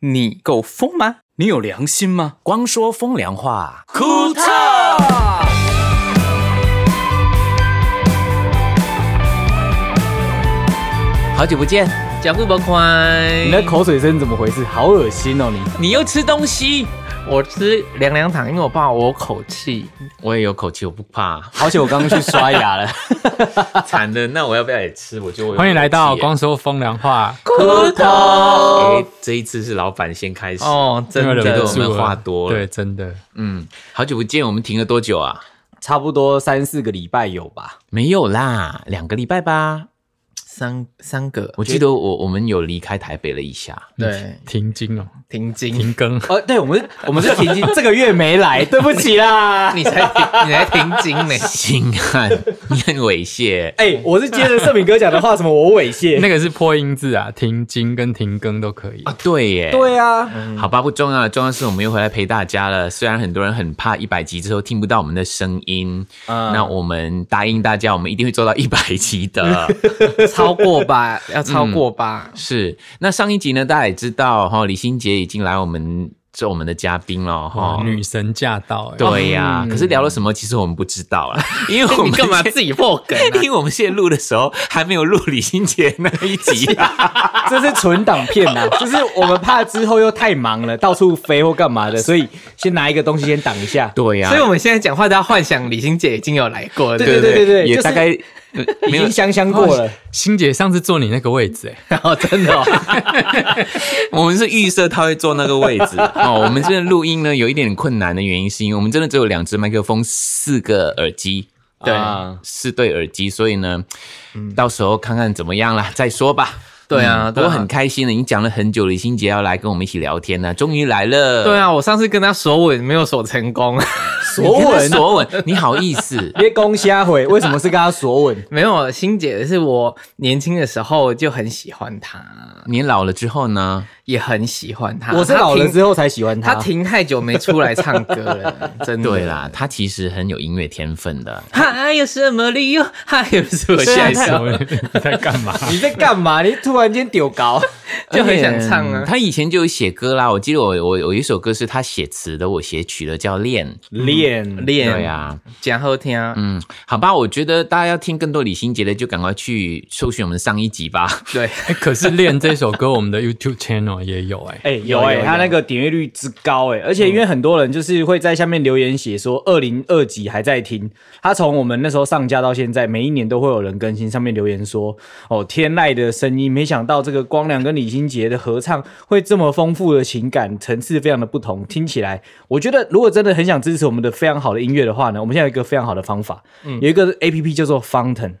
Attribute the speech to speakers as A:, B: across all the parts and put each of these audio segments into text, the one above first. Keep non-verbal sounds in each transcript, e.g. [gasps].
A: 你够疯吗？你有良心吗？
B: 光说风凉话，
A: 库特。
B: 好久不见，
C: 哎
D: 脚步不宽，
C: 你的口水声怎么回事？好恶心哦！你。
D: 你又吃东西。我吃凉凉糖，因为我怕我有口气，我也有口气，我不怕
B: [laughs]
C: 好久我刚刚去刷牙 [laughs] 了。
D: 惨的，那我要不要也吃？我就
E: 欢迎来到光说风凉话，
D: 秃头。
B: 这一次是老板先开始。
D: 哦，真
E: 因为忍
B: 觉
E: 不
B: 得
D: 的
B: 我
E: 住
B: 们
E: 了
B: 话多了
E: 对，真的
B: 嗯，好久不见，我们停了多久啊？
C: 差不多三四个礼拜有吧？
B: 没有啦，两个礼拜吧。
D: 三三个，
B: 我记得我我们有离开台北了一下，。
D: 对
E: 停经哦，
D: 停经，
E: 停更，
C: [laughs]
E: 哦
C: 呃，对，我们是我们是停经，这个月没 [laughs] 来，对不起啦。
D: 你才停你才停经呢
B: 心汉， [laughs] 你很猥亵。
C: 哎、我是接着盛敏哥讲的话，什么我猥亵？
E: 那个是破音字啊，停经跟停更都可以。
B: 啊，对
C: [laughs]
B: 耶，嗯
C: 对啊，
B: 好吧，不重要了，重要是我们又回来陪大家了。虽然很多人很怕一百集之后听不到我们的声音，
C: 嗯
B: 那我们答应大家，我们一定会做到一百集的。
D: 超过吧，要超过吧。
B: 是，那上一集呢，大家也知道哈、李心洁已经来我们做我们的嘉宾了哈。
E: 哇，女神驾到、欸！
B: 哦对呀、可是聊了什么，其实我们不知道 [laughs] 啦，因为我们
D: 你干嘛
B: 现
D: 自己破梗啊？
B: [laughs] 因为我们现在录的时候还没有录李心洁那一集、啊
C: 这是存档片 [laughs] 呐、就是我们怕之后又太忙了，到处飞或干嘛的，所以先拿一个东西先挡一下。
B: [laughs] 对呀、
D: 所以我们现在讲话都要幻想李欣姐已经有来过了，
C: 对
D: 不
C: 对对对对，
B: 也
C: 就是
B: 大概、呃
C: 已
B: 没有 [laughs]
C: 经香香过了。
E: 欣姐上次坐你那个位置、欸，
D: 然后真的哦，
B: 我们是预设他会坐那个位 [laughs] 置哦。我们这个录音呢有一点困难的原因，是因为我们真的只有两只麦克风，四个耳机，
D: 对
C: 啊
B: 四对耳机，所以呢，到时候看看怎么样啦，再说吧。
D: 对啊
B: 嗯
D: 对啊
B: 我很开心的，已经讲了很久，李心洁要来跟我们一起聊天呢，终于来了。
D: 对，啊，我上次跟他索吻没有索成功， [laughs]
C: 索吻，？
B: 索吻，啊你好意思 [laughs]
C: 别公瞎回，为什么是跟他索吻？
D: 没有欣姐是我年轻的时候就很喜欢她，
B: 你老了之后呢？
D: 也很喜欢她。
C: 我是老了之
D: 后，
C: 后才喜欢
D: 她停太久没出来唱歌
B: [laughs]
D: 了，真的。
B: 对啦，，他其实很有音乐天分的。
D: 还有什么理由？还有什么
E: 吓
D: 下一
E: 死
D: 首？
E: 我！你在干 [laughs] 嘛？
C: 你在干嘛？你突然间丢高，
D: 就很想唱
B: 嗯
D: 啊。
B: 他以前就有写歌啦，我记得我我有一首歌是他写词的，我写曲的，叫《恋》。
C: 练
D: 练
B: 对啊，
D: 讲后天啊，
B: 嗯，好吧，我觉得大家要听更多李心洁的，就赶快去搜寻我们上一集吧。
D: 对，
E: 欸可是《恋》这首歌，我们的 YouTube channel 也有哎、
C: 哎、有
D: 有
C: 哎、
D: 有
C: 他那个点阅率之高哎、而且因为很多人就是会在下面留言写说哦二零二几还在听，他从我们那时候上架到现在，每一年都会有人更新，上面留言说哦天籁的声音，没想到这个光良跟李心洁的合唱会这么丰富的情感层次，非常的不同，听起来我觉得如果真的很想支持我们的非常好的音乐的话呢，我们现在有一个非常好的方法，
D: 嗯
C: 有一个 A P P 叫做 Fountain。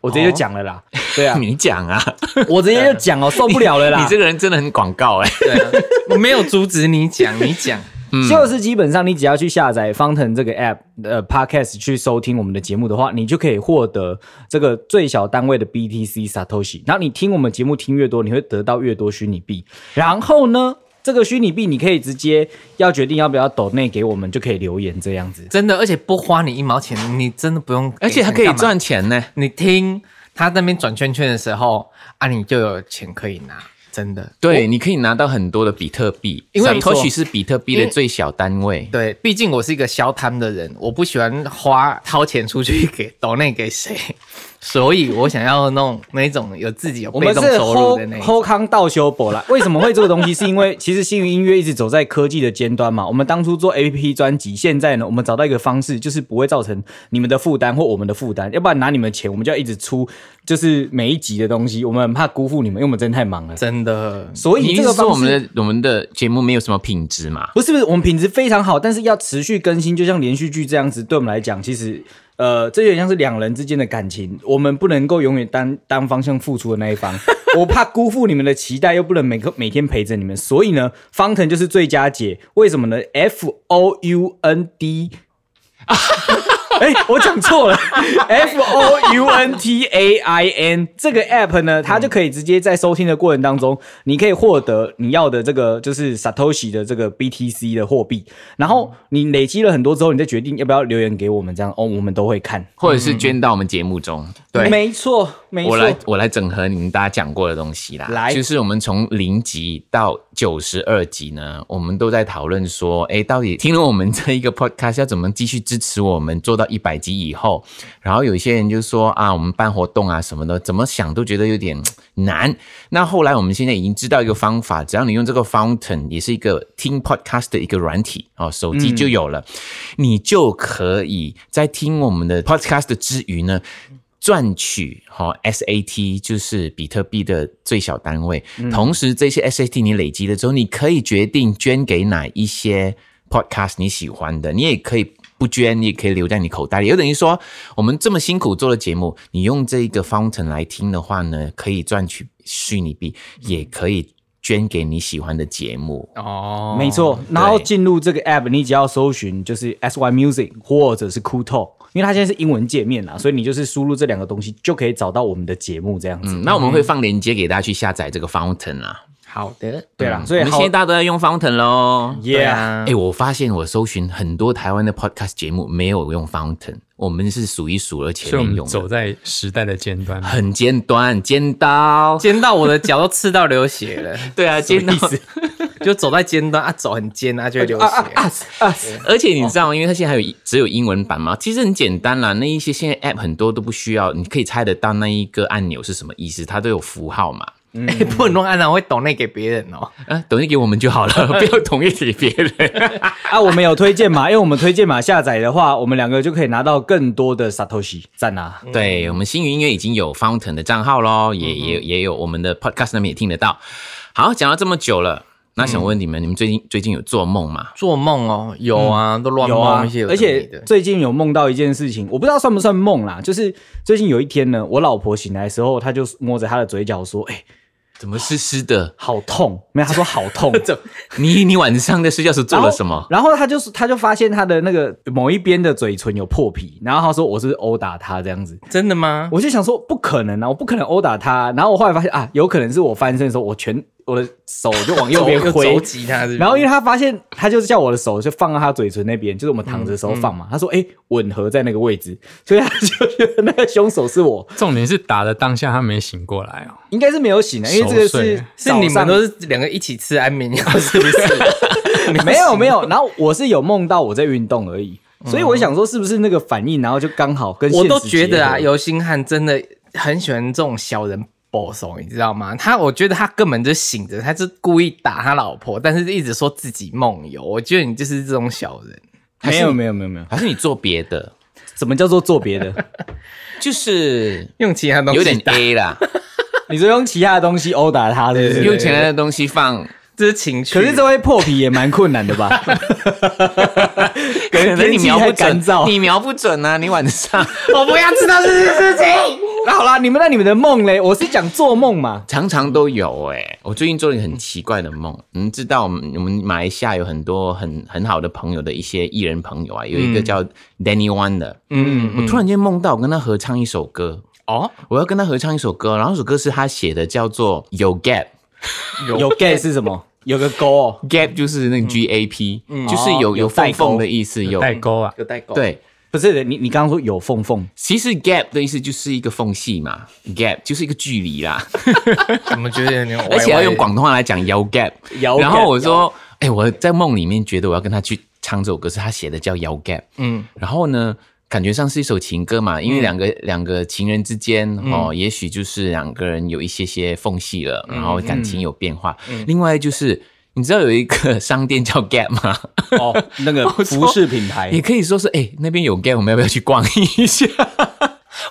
C: 我直接就讲了
D: [laughs]
C: 啦，对啊，
B: [laughs] 你讲啊，
C: 我直接就讲哦，受不了
D: [laughs]
C: 了啦！
B: 你这个人真的很广告哎、
D: 对啊，我没有阻止你讲，你讲。
C: 就是基本上你只要去下载方腾这个 app 呃 podcast 去收听我们的节目的话，你就可以获得这个最小单位的 BTC Satoshi。然后你听我们节目听越多，你会得到越多虚拟币。然后呢，这个虚拟币你可以直接要决定要不要抖内给我们，就可以留言这样子。
D: 真的，而且不花你一毛钱，你真的不用给钱干嘛，
B: 而且还可以赚钱呢、
D: 你听他那边转圈圈的时候啊，你就有钱可以拿，真的。
B: 对，你可以拿到很多的比特币，
D: 因为没
B: t
D: 错
B: o 是比特币的最小单位。
D: 对，毕竟我是一个消贪的人，我不喜欢花掏钱出去给 [laughs] 抖内给谁，所以我想要弄那种有自己有
C: 我
D: 被
C: 们
D: 动
C: 是
D: 收入的那
C: Ho
D: 种。
C: Ho 康道修博啦。 [laughs] 为什么会这个东西？是因为其实幸运音乐一直走在科技的尖端嘛。我们当初做 A P P 专辑，现在呢，我们找到一个方式，就是不会造成你们的负担或我们的负担。要不然拿你们钱，我们就要一直出，就是每一集的东西，我们很怕辜负你们，因为我们真的太忙了。
D: 真的，
C: 所以
B: 你
C: 这
B: 是
C: 个
B: 说
C: 方
B: 我
C: 式
B: 们的我们的节目没有什么品质嘛？
C: 不是不是，我们品质非常好，但是要持续更新，就像连续剧这样子，对我们来讲，其实呃，这有点像是两人之间的感情，我们不能够永远单单方向付出的那一方，我怕辜负你们的期待，又不能每个每天陪着你们，所以呢，方腾就是最佳解，为什么呢？F O U N D 哎、我讲错
B: [laughs]
C: 了，F O U N T A I N 这个 app 呢，它就可以直接在收听的过程当中，你可以获得你要的这个就是 Satoshi 的这个 BTC 的货币，然后你累积了很多之后，你再决定要不要留言给我们，这样哦，我们都会看。
B: 或者是捐到我们节目中。
D: 对
C: 没错，没
B: 我
C: 错。
B: 来，我来整合你们大家讲过的东西啦。
C: 来
B: 就是我们从零集到九十二集呢，我们都在讨论说，哎，到底听了我们这一个 podcast 要怎么继续支持我们做到一百集以后？然后有一些人就说啊，我们办活动啊什么的，怎么想都觉得有点难。那后来我们现在已经知道一个方法，只要你用这个 Fountain，也是一个听 podcast 的一个软体哦，手
C: 嗯
B: 机就有了，你就可以在听我们的 podcast 的之余呢。赚取哈、SAT 就是比特币的最小单位，
C: 嗯
B: 同时这些 SAT 你累积了之后，你可以决定捐给哪一些 podcast 你喜欢的，你也可以不捐，你也可以留在你口袋里。就等于说，我们这么辛苦做的节目，你用这一个 fountain 来听的话呢，可以赚取虚拟币，
C: 嗯
B: 也可以捐给你喜欢的节目。
D: 哦
C: 没错，然后进入这个 app，你只要搜寻就是 SY Music 或者是 Cool Talk，因为它现在是英文界面啦，所以你就是输入这两个东西就可以找到我们的节目这样子。
B: 嗯，那我们会放链接给大家去下载这个 fountain 啊。
D: 好的，
C: 对啦，所以
B: 嗯我们
C: 好
B: 现在大家都在用 fountain 喽。
D: 对
C: Yeah，
D: 啊
B: 哎、，我发现我搜寻很多台湾的 podcast 节目没有用 Fountain，我们是数一数二前
E: 所以我
B: 面
E: 们
B: 用走
E: 走在时代的尖端。
B: 很尖端，尖刀，
D: 尖到我的脚都刺到流血
C: [laughs]
D: 了，
B: 对啊，尖刀。
D: [laughs] 就走在尖端啊，走很尖啊，就会流血。
B: [laughs]
C: 啊
B: 而且你知道吗？因为它现在还有只有英文版嘛，其实很简单啦。那一些现在 app 很多都不需要，你可以猜得到那一个按钮是什么意思，它都有符号嘛。
D: 哎不能弄按啊，我会抖内给别人哦。
B: 啊，抖音给我们就好 [laughs] 了，不要统一给别人。
C: 啊，我们有推荐码，因为我们推荐码下载的话，我们两个就可以拿到更多的 Satoshi 赞啊！
B: 对我们星云音乐已经有 Fountain 的账号咯，也也也有我们的 Podcast 那边也听得到。好，讲到这么久了，那想问你们，你们最近最近有做梦吗？
D: 做梦哦，有啊，都乱
C: 有
D: 梦
C: 啊
D: 一些，有的
C: 而
D: 没
C: 且
D: 的，
C: 最近有梦到一件事情，我不知道算不算梦啦，就是最近有一天呢，我老婆醒来的时候，她就摸着她的嘴角说：“哎、
B: 怎么湿湿的？ [laughs]
C: 好痛！”没有，她说好
D: [laughs]
C: 痛。
B: 你你晚上在睡觉时做了什么？
C: 然后？然后他就是他就发现他的那个某一边的嘴唇有破皮，然后他说我是殴打他这样子，
D: 真的吗？
C: 我就想说不可能啊，我不可能殴打他。然后我后来发现啊，有可能是我翻身的时候，我全我的手就往右边挥
D: 肘。击他是不是，
C: 然后因为他发现，他就是叫我的手就放到他嘴唇那边，就是我们躺着的时候
D: 嗯
C: 放嘛。他说：“哎、吻合在那个位置，所以他就觉得那个凶手是我，
E: 重点是打的当下他没醒过来哦，
C: 应该是没有醒的，因为这个
E: 熟睡
C: 是
D: 是你
C: 早
D: 们
C: 上
D: 都是两个一起吃安眠药，是
C: [laughs]
D: 不是？
C: 没有没
D: [laughs]
C: 有，然后我是有梦到我在运动而已，所以我想说是不是那个反应，然后就刚好跟
D: 嗯我
C: 现
D: 都
C: 实
D: 觉得
C: 结
D: 啊，
C: 合
D: 尤星汉真的很喜欢这种小人保守，你知道吗？他我觉得他根本就醒着，他是故意打他老婆，但是一直说自己梦游。我觉得你就是这种小人，
C: 没有没有没有没有，
B: 还是你做别的？
C: 什么叫做做别的？ [laughs]
B: 就是
D: 用其他东西
B: 有点
D: 打
B: A 啦，
C: 你说用其他的东西殴打他，是不是？
B: 用钱来的东西放，
D: 这是情趣。
C: 可是这会破皮也蛮困难的吧？
B: 可能
C: 天气
B: 你瞄不
C: 还干
B: 准，
C: 燥。
B: 你瞄不准啊！你晚上
D: [laughs] 我不要知道这件事情。
C: [laughs] 那好啦，你们那你们的梦嘞？我是讲做梦嘛。
B: 常常都有哎、我最近做了一个很奇怪的梦，你们知道我们我们马来西亚有很多很很好的朋友的一些艺人朋友啊，有一个叫 Danny One 的，
D: 嗯，
B: 我突然间梦到我跟他合唱一首歌，
D: 哦，
B: 我要跟他合唱一首歌，然后那首歌是他写的，叫做《有 Gap》。
C: 有 gay 是什么？有个勾哦。
B: Gap 就是那个 GAP，、就是有、
C: 哦
B: 有
C: 有
B: 缝
C: 代沟
B: 缝的意思，有
E: 代沟啊，
D: 有代沟。，
B: 对。
C: 不是你，你刚刚说有缝缝，
B: 其实 gap 的意思就是一个缝隙嘛，gap 就是一个距离啦，
D: 怎么觉得有点歪歪的？
B: 而且要用广东话来讲摇 gap。
C: 摇 gap，
B: 然后我说，哎、我在梦里面觉得我要跟他去唱这首歌，是他写的叫摇 gap。
D: 嗯，
B: 然后呢，感觉上是一首情歌嘛，因
C: 嗯
B: 为两个、两个情人之间哦，也许就是两个人有一些些缝隙了，
C: 嗯
B: 然后感情有变化。另外就是，你知道有一个商店叫 Gap
C: [laughs]
B: 吗？
C: 哦，那 [laughs] 个服饰品牌
B: 也可以说是，哎、那边有 Gap，我们要不要去逛
C: [laughs]
B: 一下？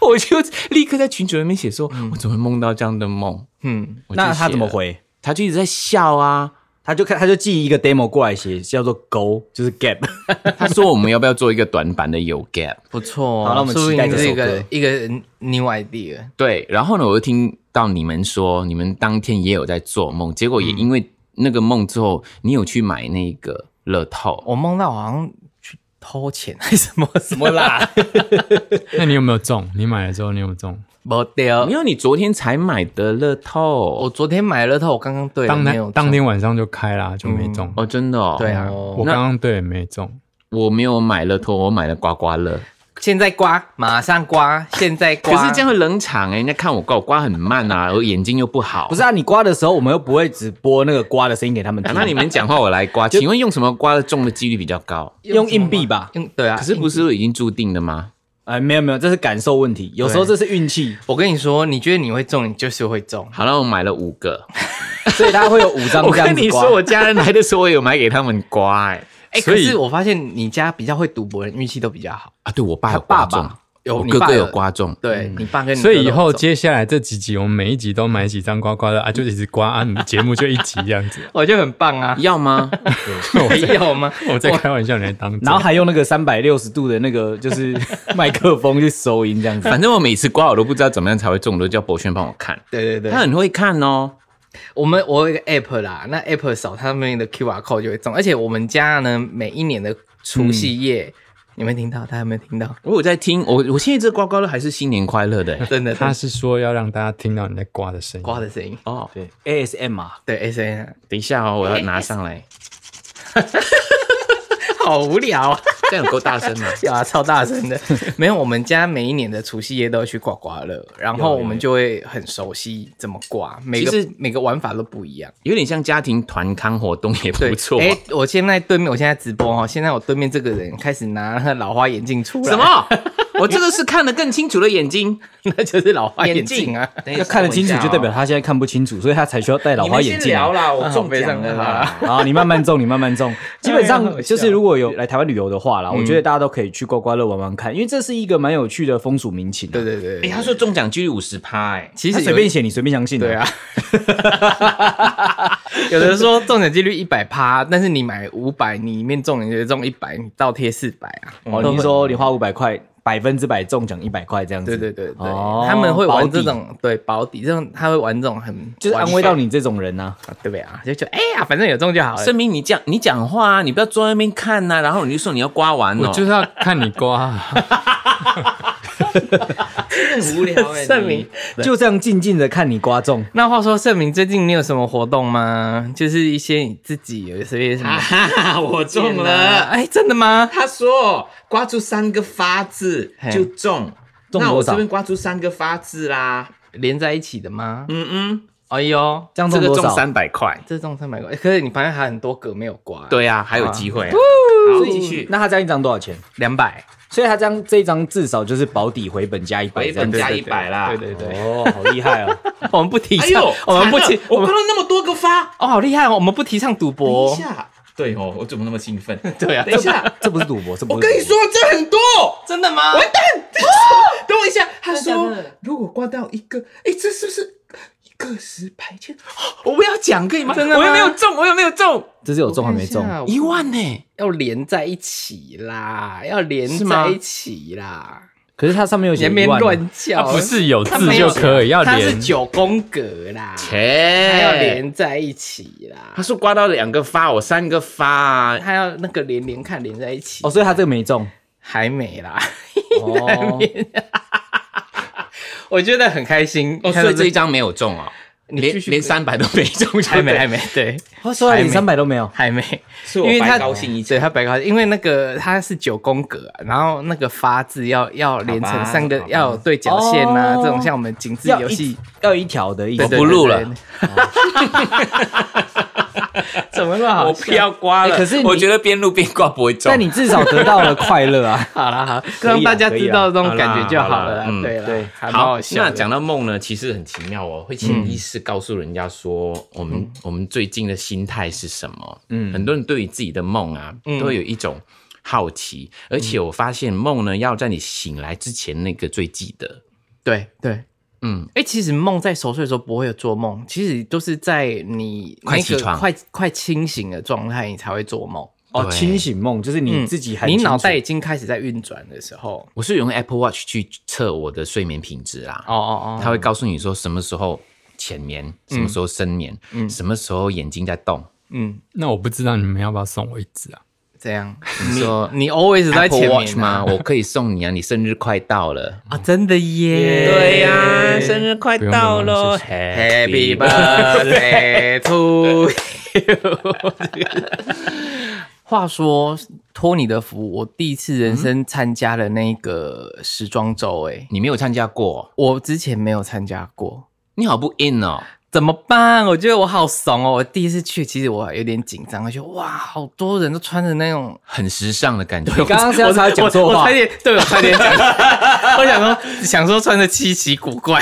B: 我就立刻在群组里面写说，我怎么会梦到这样的梦？
D: 嗯，
B: 我就
C: 嗯那他
B: 写
C: 怎么
B: 了？
C: 回？
B: 他就一直在笑啊。
C: 他就看，他就寄一个 demo 过来写，叫做勾，就是 gap。
B: [laughs] 他说我们要不要做一个短版的有 Gap？
D: 不错、哦。
C: 好那我们
D: 说不
C: 期待
D: 定
C: 这
D: 是一
C: 首
D: 个
C: 歌
D: 一个 new idea。
B: 对，然后呢，我又听到你们说，你们当天也有在做梦，结果也因为那个梦之后，你有去买那个乐透，
D: 我梦到好像去偷钱还是什么什么啦？
E: 那你有没有中？你买了之后你有没有中？
D: [laughs] 没掉
B: 哦没。有，你昨天才买的乐透
D: 我昨天买了它，我刚刚对了
E: 当
D: 没有
E: 天
D: 中
E: 当天晚上就开啦，就没中。
B: 哦，真的哦。
D: 对啊，
E: 我刚刚对没中，
B: 我没有买乐透，我买了刮刮乐。
D: 现在刮，马上刮，现在
B: 可
D: 刮。
B: 是这样会冷场哎、人家看我刮，我刮很慢啊，我眼睛又不
C: [laughs]
B: 好。
C: 不是啊，你刮的时候我们又不会只播那个刮的声音给他们
B: [laughs] 啊，
C: 听，
B: 那你们讲话我来刮，请问用什么刮的中的几率比较
D: [laughs]
B: 高？
C: [laughs] 用硬币吧？
D: 嗯，对啊。
B: 可是不是已经注定的吗？
C: 哎，没有没有，这是感受问题，有时候这是运气，
D: 我跟你说，你觉得你会中，你就是会中。
B: 好了，我买了五个。
C: 所以他会有五张
B: [laughs] 我
C: 这样
B: 跟你
C: 子刮 [laughs]
B: 说，。我家人来的时候，我有买给他们刮哎、
D: 哎、
E: 所
D: 可
E: 以
D: 是我发现你家比较会赌博人，运气都比较好。
B: 啊，对我爸有哦
D: 爸
B: 刮
D: 爸
B: 中，
D: 有
B: 我
D: 你
B: 哥
D: 爸嗯
B: 哥
D: 有
B: 有刮中，
D: 对、你爸跟你哥
E: 所以以
D: 都有
E: 后
D: 中。
E: 接下来这几集，我们每一集都买几张刮刮乐啊，就一直刮啊，你的节目就一集这样子
D: [laughs] 我就很棒啊，
B: 要吗？
D: [laughs] 没有吗？
E: 我在开玩笑，你在当真。
C: 然后还用那个三百六十度的那个就是 [laughs] 麦克风去收音这样子，
B: [laughs] 反正我每次刮我都不知道怎么样才会中，我都叫博轩帮我看，
D: 对对
B: 他
D: 对，
B: 很会看哦。
D: 我们我有一个 app 啦，那 app 扫他们的 QR code 就会中，而且我们家呢，每一年的除夕夜，你没听到？他有没有听 [laughs] 到？
B: 我有在听，我我现在这刮刮乐还是新年快乐的、哎
D: 真的，
E: 他
D: 他
E: 是说要让大家听到你在刮的声音。
D: 刮的声音，
B: 哦，对，
C: ASM 啊，
D: 对 S N，
B: 等一下哦，我要拿上来，
D: 好无聊啊。
B: 这样有够大声吗？
D: 对 [laughs] 啊，超大声的。没有，我们家每一年的除夕夜都会去刮刮乐，然后我们就会很熟悉怎么刮，每
B: 其
D: 个
B: 实
D: 每个玩法都不一样。
B: [laughs] 有点像家庭团康活动也不错、啊
D: 哎、我现在对面，我现在直播哦，现在我对面这个人开始拿那个老花眼镜出来，
B: 什？么？我这个是看得更清楚的眼 [laughs] 睛，
D: 那 [laughs] 就是老花眼镜啊。
C: 要看得清
B: 哦
C: 楚就代表他现在看不清楚，所以他才需要戴老花眼镜、啊。
B: 啦，我
D: 中奖了啦。
C: 啊，你慢慢中，你慢慢
D: [laughs]
C: 中。基本
D: 哎呀
C: 上
D: 好笑嗯
C: 就是如果有来台湾旅游的话啦，我觉得大家都可以去刮刮乐玩玩看，因为这是一个蛮有趣的风俗民情、啊。
D: 对对对
B: 哎、他说中奖几率五十趴，哎、
D: 其
C: 他
D: 实
C: 随
D: 有
C: 便写，你随便相信、
D: 对
C: [laughs]
D: 啊，。有的说中奖几率一百趴，但是你买五百，你里面中你就中一百，你倒贴四百啊。
C: 哦，你是说你花五百块，百分之百中奖一百块这样子？
D: 对对对对，
C: 哦
D: 他们会玩
C: 保底
D: 这。种对保底这种，他会玩这种很
C: 就是安慰到你这种人呐、
D: 玩法，对不对啊？就觉得哎呀，反正有中就 [laughs] 好了。
B: 声明你讲你讲话啊，你不要坐在那边看呐、然后你就说你要刮完哦，
E: 我就是要看你
D: [laughs]
E: 刮，
B: 很无聊
D: 盛明，
C: 就这样静静的看你刮中。
D: 那话说盛明，最近你有什么活动吗？就是一些你自己有一些什么、
B: 啊， [laughs] 我中
D: 啊
B: 了。
D: 哎，真的吗？
B: 他说刮出三个发字
D: 嘿
B: 就中，
C: 中
B: 那
C: 多
B: 我
C: 少
B: 这边刮出三个发字啦，
D: 连在一起的吗？
B: 嗯嗯，
D: 哎呦，
C: 这样
B: 这
C: 中
B: 个
C: 多
B: 中
C: 少？
B: 三百块，
D: 这中三百块，哎可是你发现还很多个没有刮，，
B: 对啊，还有机会、啊。好，继续。
C: 那他这样一张多少钱？
D: 两 [laughs] 百，
C: 所以他这样这一张至少就是保底回本加一百
B: 回
C: 这样
B: 本
C: 子。
B: 加
D: 对
B: 一
D: 对
B: 百啦，
D: 对对对，
C: 哦，好厉害哦！ [laughs]
D: 我们不提
B: 哎
D: 倡
B: 呦，，
D: 我们不
B: 惨
D: 提
B: 了，
D: 我
B: 我
D: 们
B: 刮了那么多个发，
D: 哦，好厉害哦，我们不提倡赌博
B: 等
D: 哦，
B: 一下，对哦，我怎么那么兴 [laughs] 奋？
D: 对啊
B: 等一下，
C: 这不是赌博，这不
B: 我
C: 是
B: 跟你说，这很多，
D: 真的吗？
B: 完蛋！等我一下，他
D: 真
B: 说
D: 的假的
B: 如果刮到一个，哎，这是不是个十百千？哦我不要讲，可以吗？
D: 真的吗
B: 我又没有中，我又没有中，
C: 赌博，这是有中还没中
D: 我。看一下
B: 一万呢？
D: 要连在一起啦，要连
B: 是吗
D: 在一起啦，
C: 可是它上面有
D: 你
C: 写
D: 还没
C: 一万啊，
D: 乱叫，
E: 啊不是有
D: 它
E: 字
D: 没
E: 就
D: 有
E: 可以，要
D: 它是
E: 连。
D: 九宫格啦，它要
B: 切！
D: 连在一起啦
B: 他，说刮到两个发，我三个发，
D: 它要那个连连看连在一起，
C: 哦，所以他这个没
D: [laughs]
C: 中。
D: 还没啦， [laughs]
C: 哦，
D: 我觉得很开心，
B: 哦，
D: 看
B: 所
D: 到
B: 以这一张没有中哦，
D: 你
B: 连
D: 继续
B: 连三百都没中，
D: [laughs] 还没
B: 对
D: 还没对。
C: 哦所以他连三百都没有。
D: 还没，
B: 是
D: 因
B: 我
D: 为他
B: 白高兴一
D: 对
B: 场
D: 他白高兴，因为那个他是九宫格啊、然后那个发字要要连
B: 好
D: 成
B: 吧
D: 三个
B: 好，吧
D: 要有对角线啊，
C: 哦
D: 这种像我们井字
C: 要
D: 游
C: 一
D: 戏，
C: 要一条的意思
B: 我，不录了，
D: 怎么那么
B: 我
D: 好笑？
B: 不要刮了。
C: 哎可是你
B: 我觉得边录边刮不会中。
C: 但你至少得到了快乐啊！
D: 好啦好，
C: 以啊
D: 让大家知道这种
B: 可以啊
D: 感觉就好了
B: 好啦好
D: 啦。
B: 啦
D: 对啦
C: 对
D: 还蛮
B: 好
D: 好，笑的。
B: 那讲到梦呢，其实很奇妙哦，会潜意识告诉人家说，我们、
D: 嗯
B: 我们最近的心态是什么？嗯，很多人对于自己的梦啊，
D: 嗯
B: 都会有一种好奇，而且我发现梦呢，要在你醒来之前那个最记得。
D: 对对，
B: 嗯，
D: 哎，其实梦在熟睡的时候不会有做梦，其实都是在你
B: 快
D: 那
B: 起
D: 个
B: 床
D: 快快清醒的状态，你才会做梦。
C: 哦，
B: 对
C: 清醒梦就是你自己还
D: 嗯你
C: 清楚
D: 脑袋已经开始在运转的时候，
B: 我是用 Apple Watch 去测我的睡眠品质啦。
D: 哦哦
B: 它会告诉你说什么时候浅眠，什么时候深眠，什么时候眼睛在动。
D: 嗯，
E: 那我不知道你们要不要送我一只啊？
D: 怎样？
B: 你说
D: 你 always 在
B: Apple
D: 前
B: Watch
D: 面
B: 吗？
D: 啊
B: 我可以送你啊，你生日快到了。
D: 啊，真的耶！
B: 对呀、生日快
E: 不用不
B: 到
E: 用
B: 喽
E: 谢
B: ！Happy
D: Happy
B: birthday！
D: [laughs] birthday to you 话说，托你的福，我第一次人生参加了那个时装周、欸，
B: 你没有参加过，
D: 我之前没有参加过，
B: 你好不 in 哦。
D: 怎么办？我觉得我好怂哦！我第一次去，其实我有点紧张，我觉得哇，好多人都穿着那种
B: 很时尚的感觉。
C: 你刚刚是要差点讲错
D: 我
C: 话
D: 差，点，对我差点 [laughs] 讲，我想说想说穿着稀奇古怪，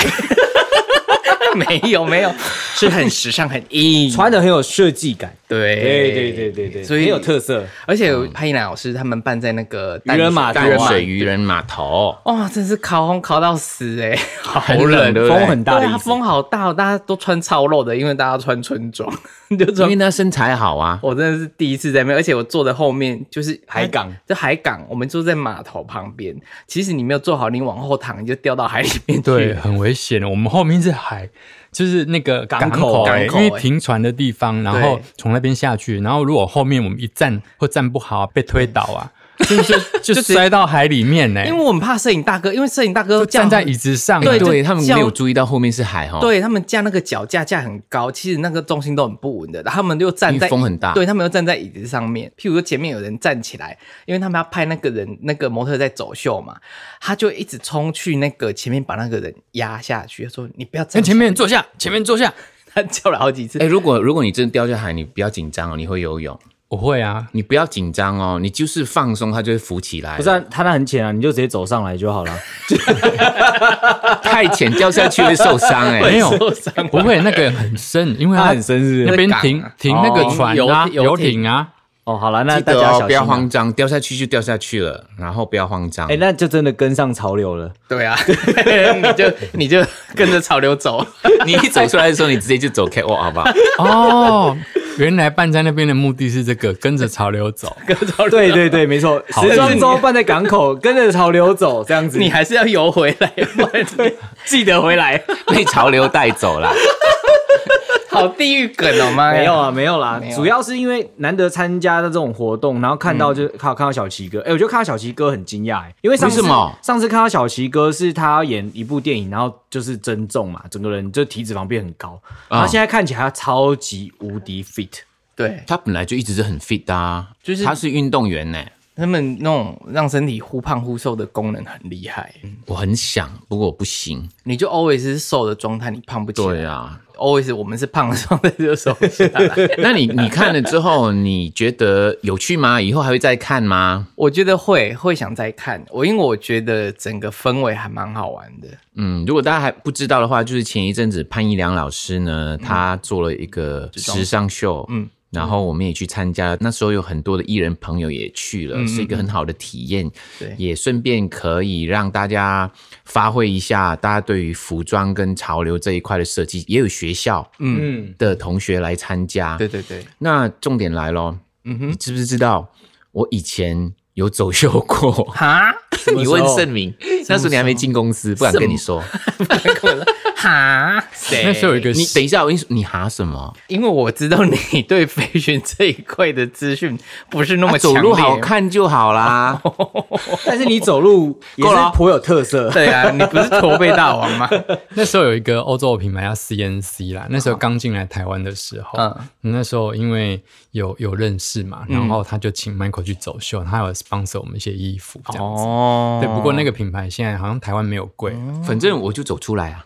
D: [laughs] 没有没有，是很时尚很硬，
C: 穿的很有设计感。
D: 对
C: 对对对对对，
D: 哎所以
C: 很有特嗯色。
D: 而且潘一兰老师他们办在那个
C: 渔人码头
B: 淡
C: 啊
B: 水渔人码头，
D: 哇、真是烤烘烤到
C: [laughs]
D: 死哎、
B: 好
C: 冷
B: 对不对
C: 风很大的
D: 对啊
C: 意思。
D: 风好大、哦，大家都穿超露的，因为大家穿春装， [laughs] 就
B: 因
D: 穿
B: 为。他身材好啊。
D: 我真的是第一次在那边，而且我坐的后面就是
C: 海港，
D: 就海港，我们坐在码头旁边。其实你没有做好，你往后躺，你就掉到海里面去。
E: 对，很危险的。我们后面是海，就是那个
C: 港口
E: 口，啊
D: 港口
E: 因为
D: 欸
E: 停船的地方，然后
D: 对
E: 从那边下去，然后如果后面我们一站或站不好啊，被推倒啊，就
D: [laughs]
E: 就就摔到海里面呢。
D: 因为我很怕摄影大哥，因为摄影大哥
E: 就站
D: 叫
E: 在椅子上，
D: 对就
B: 对他们
D: 叫
B: 没有注意到后面是海哈、哦。，
D: 对他们架那个脚架架很高，其实那个重心都很不稳的。然后他们又站在
B: 因为风很大
D: 对他们又站在椅子上面。譬如说前面有人站起来，因为他们要拍那个人那个模特在走秀嘛，他就一直冲去那个前面把那个人压下去，说你不要站
E: 跟
D: 起来
E: 前面人坐下，前面坐下。
D: [laughs] 他叫了好几次
B: 哎、，如果如果你真的掉下海，你不要紧张哦，你会游泳，
E: 我会啊，
B: 你不要紧张哦，你就是放松，它就会浮起来。
C: 不是、啊、他那很浅啊，你就直接走上来就好了。
B: 太浅掉下去会受伤
C: [laughs]
B: 哎、
E: 没有
D: 受伤了
E: 不会那个很深，因为它
C: 它很深是不是
E: 那边
D: 那个
E: 停
D: 港啊
E: 停那个船啊，
D: 哦游
E: 游艇啊，
C: 哦，好了，那
B: 记
C: 大
B: 得
C: 家
B: 哦，
C: 小
B: 不
C: 心、
B: 要
C: 啊
B: 慌。张，掉下去就掉下去了，然后不要慌张。
C: 哎、
B: [laughs]
C: 那就真的跟上潮流了。
D: 对啊， [laughs] 你就你就跟着潮流走。
B: [laughs] 你一走出来的时候，你直接就走 catwalk 好不好？
E: 哦，原来办在那边的目的是这个，跟着潮流走。
C: 对对对，没错，时装周办在港口，跟着潮流走，这样子
D: 你还是要游回来，不然
B: [laughs]
D: 你
C: 记得回来。
B: 被潮流带走了。
D: 好地狱梗哦，妈呀！
C: 没有啊，没有啦，
D: 没有嗯
C: 主要是因为难得参加的这种活动，然后看到就看、看到小齐哥，哎、我就看到小齐哥很惊讶、哎，因为上次
B: 为什么
C: 上次看到小齐哥是他要演一部电影，然后就是增重嘛，整个人就体脂肪变很高，
D: 啊
C: 然后现在看起来他超级无敌 fit，、
D: 对
B: 他本来就一直是很 fit 的啊，
D: 就是
B: 他是运动员呢、
D: 他们那种让身体忽胖忽瘦的功能很厉害。
B: 我很想，不过我不行。
D: 你就 always 是瘦的状态，你胖不起来。
B: 对啊，
D: always 我们是胖的状态就瘦不
E: [laughs]
D: 起来。
B: [laughs] 那你你看了之后，你觉得有趣吗？以后还会再看吗？
D: 我觉得会会想再看，我因为我觉得整个氛围还蛮好玩的。
B: 嗯，如果大家还不知道的话，就是前一阵子潘一良老师呢，他做了一个时尚秀，嗯
D: 嗯，
B: 然后我们也去参加，那时候有很多的艺人朋友也去了，
D: 嗯嗯
B: 是一个很好的体验，
D: 对
B: 也顺便可以让大家发挥一下大家对于服装跟潮流这一块的设计，也有学校
D: 嗯，
B: 的同学来参加，
D: 对对对，
B: 那重点来咯，
D: 嗯
B: 你
D: 哼，
B: 知不知道我以前有走秀过？
D: 哈，
B: 你问盛明，那时候你还没进公司，不敢跟你说。
D: [laughs] 哈，谁？
E: 那时候有一个
B: 你等一下，我跟你说，你哈什么？
D: 因为我知道你对飞行这一块的资讯不是那么
B: 啊
D: 强
B: 走
D: 烈、哦
B: 路好。看就好啦。
C: 但是你走路也是颇有特色。
D: [laughs] 对啊，你不是驼背啊大王
E: [laughs]
D: 吗？
E: 那时候有一个欧洲的品牌叫 CNC 啦，那
C: 啊
E: 时候刚进来台湾的时候，
D: 嗯
E: 那时候因为有有认识嘛，
C: 嗯
E: 然后他就请 Michael 去走秀，他有 sponsor 我们一些衣服这样子。
D: 哦
E: 对，不过那个品牌现在好像台湾没有贵，
C: 嗯
B: 反正我就走出来啊，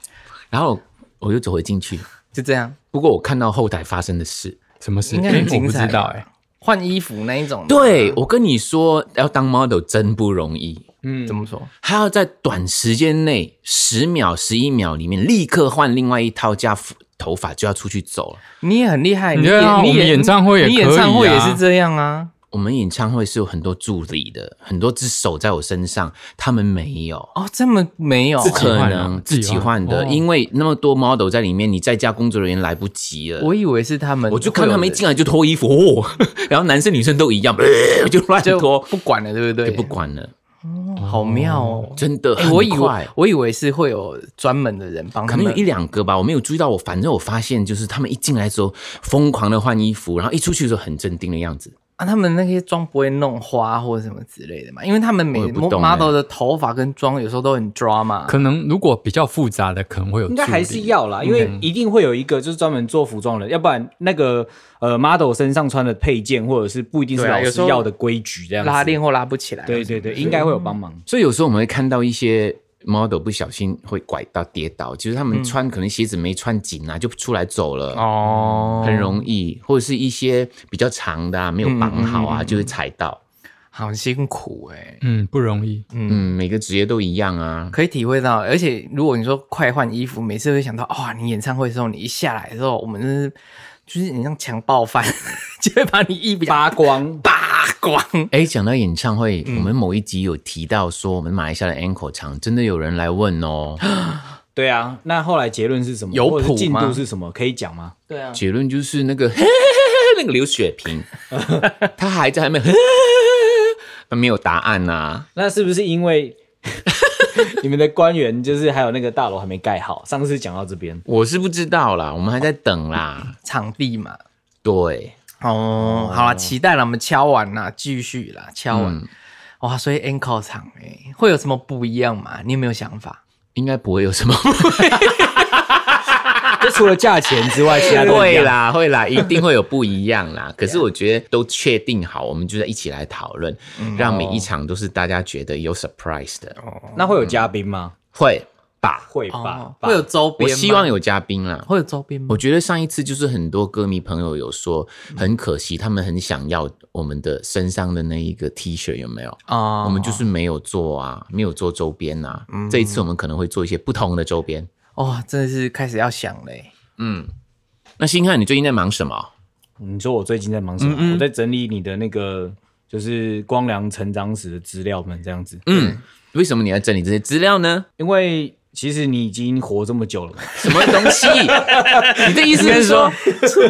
B: 然后我就走回进去。
D: 就这样，
B: 不过我看到后台发生的事，
E: 什么事？
D: 应该
E: 哎
D: 很
E: [laughs] 我
D: 精
E: 不
D: 彩
E: 知道
D: 吧
E: 哎。
D: 换衣服那一种。
B: 对我跟你说，要当 model 真不容易，
E: 嗯
D: 怎，么说？
B: 还要在短时间内十秒、十一秒里面立刻换另外一套加服头发就要出去走了。
D: 你也很厉害，
E: 你
D: 你
E: 对啊
D: 演你
E: 我们演唱会也
D: 你演
E: 可以
D: 唱会也
E: 啊
D: 是这样啊。
B: 我们演唱会是有很多助理的，很多只手在我身上，他们没有。
D: 哦，这么没有
B: 不
E: 自己
B: 可
E: 换啊
B: 能
E: 自
B: 自
E: 己
B: 己
E: 换
B: 换的，
E: 哦
B: 因为那么多 model 在里面，你再加工作人员来不及了。
D: 我以为是他们，
B: 我就看他们一进来就脱衣服，哦、 [laughs] 然后男生女生都一样， [laughs] 呃就乱
D: 就
B: 脱，
D: 不管了，对不对？
B: 也不，管了，
D: 好妙哦！
B: 真的
D: 哎
B: 很
D: 我以为
B: 快。
D: 我以为是会有专门的人帮
B: 可
D: 他
B: 能有
D: 们
B: 一两个吧，我没有注意到。我反正我发现，就是他们一进来的时候疯狂的换衣服，然后一出去的时候很镇定的样子。
D: 啊，他们那些妆不会弄花或者什么之类的嘛？因为他们每
B: 我也不懂欸
D: model 的头发跟妆有时候都很 drama。
E: 可能如果比较复杂的，可能会有
C: 应该还
E: 助
C: 是
E: 理
C: 要啦，因为一定会有一个就是专门做服装的人，要不然那个呃 model 身上穿的配件或者是不一定是
D: 对啊
C: 老
D: 有时
C: 师
D: 候
C: 要的规矩这样子。
D: 拉链或啊拉不起来，
C: 对对对，应该会有帮忙。
B: 所以有时候我们会看到一些 model 不小心会拐到跌倒，就是他们穿、可能鞋子没穿紧啊，就出来走了。
D: 哦，
B: 很容易，或者是一些比较长的啊，没有绑好啊，就会踩到。
D: 好辛苦哎、
E: 嗯不容易。
B: 嗯，每个职业都一样啊。
D: 可以体会到，而且如果你说快换衣服，每次会想到哇、你演唱会的时候，你一下来的时候，我们真是就是你像强暴犯， [laughs] 就会把你衣服
C: [laughs] 扒光，
D: 扒光。
B: 哎，讲到演唱会，我们某一集有提到说，我们马来西亚的 Anchor 场真的有人来问哦，
C: 对啊。那后来结论是什么？
D: 有
C: 或者
D: 谱
C: 是进
D: 吗
C: 度是什么？可以讲吗？
D: 对啊，
B: 结论就是那个 [laughs] 那个刘雪萍，她还在还没 [laughs] 没有答案呐、啊。
C: 那是不是因为 [laughs] 你们的官员就是还有那个大楼还没盖好？上次讲到这边，
B: 我是不知道啦，我们还在等啦。
D: 场地嘛。
B: 对，
D: 哦，好啦，期待了，我们敲完啦，继续啦，敲完。
B: 嗯
D: 哇，所以 anchor 场哎、会有什么不一样吗？你有没有想法？
B: 应该不会有什么 [laughs]
C: 就除了价钱之外，其他都一
B: 会
C: 样。
B: 啦，会啦，一定会有不一样啦。可是我觉得都确定好，我们就在一起来讨论，让每一场都是大家觉得有 surprise 的，
C: 那会有嘉宾吗？
B: 会吧？
C: 会吧
D: 哦，，
C: 吧
D: 会有周边
B: 我
D: 吗？
B: 希望有嘉宾啦。
D: 会有周边吗
B: 我？觉得上一次就是很多歌迷朋友有说，很可惜他们很想要我们的身上的那一个 T 恤有没有？
D: 啊
B: 我们就是没有做啊，没有做周边呐、啊。这一次我们可能会做一些不同的周边。
D: 哦，真的是开始要想 [laughs] 嘞、
B: 嗯，那星汉，你最近在忙什么？
C: 你说我最近在忙
D: 嗯
C: 什么？我在整理你的那个就是光良成长史的资料们这样子。
B: 嗯，为什么你要整理这些资料呢？
C: 因为其实你已经活这么久了嘛， [laughs]
B: 什么东 [laughs] 西？你的意思是说，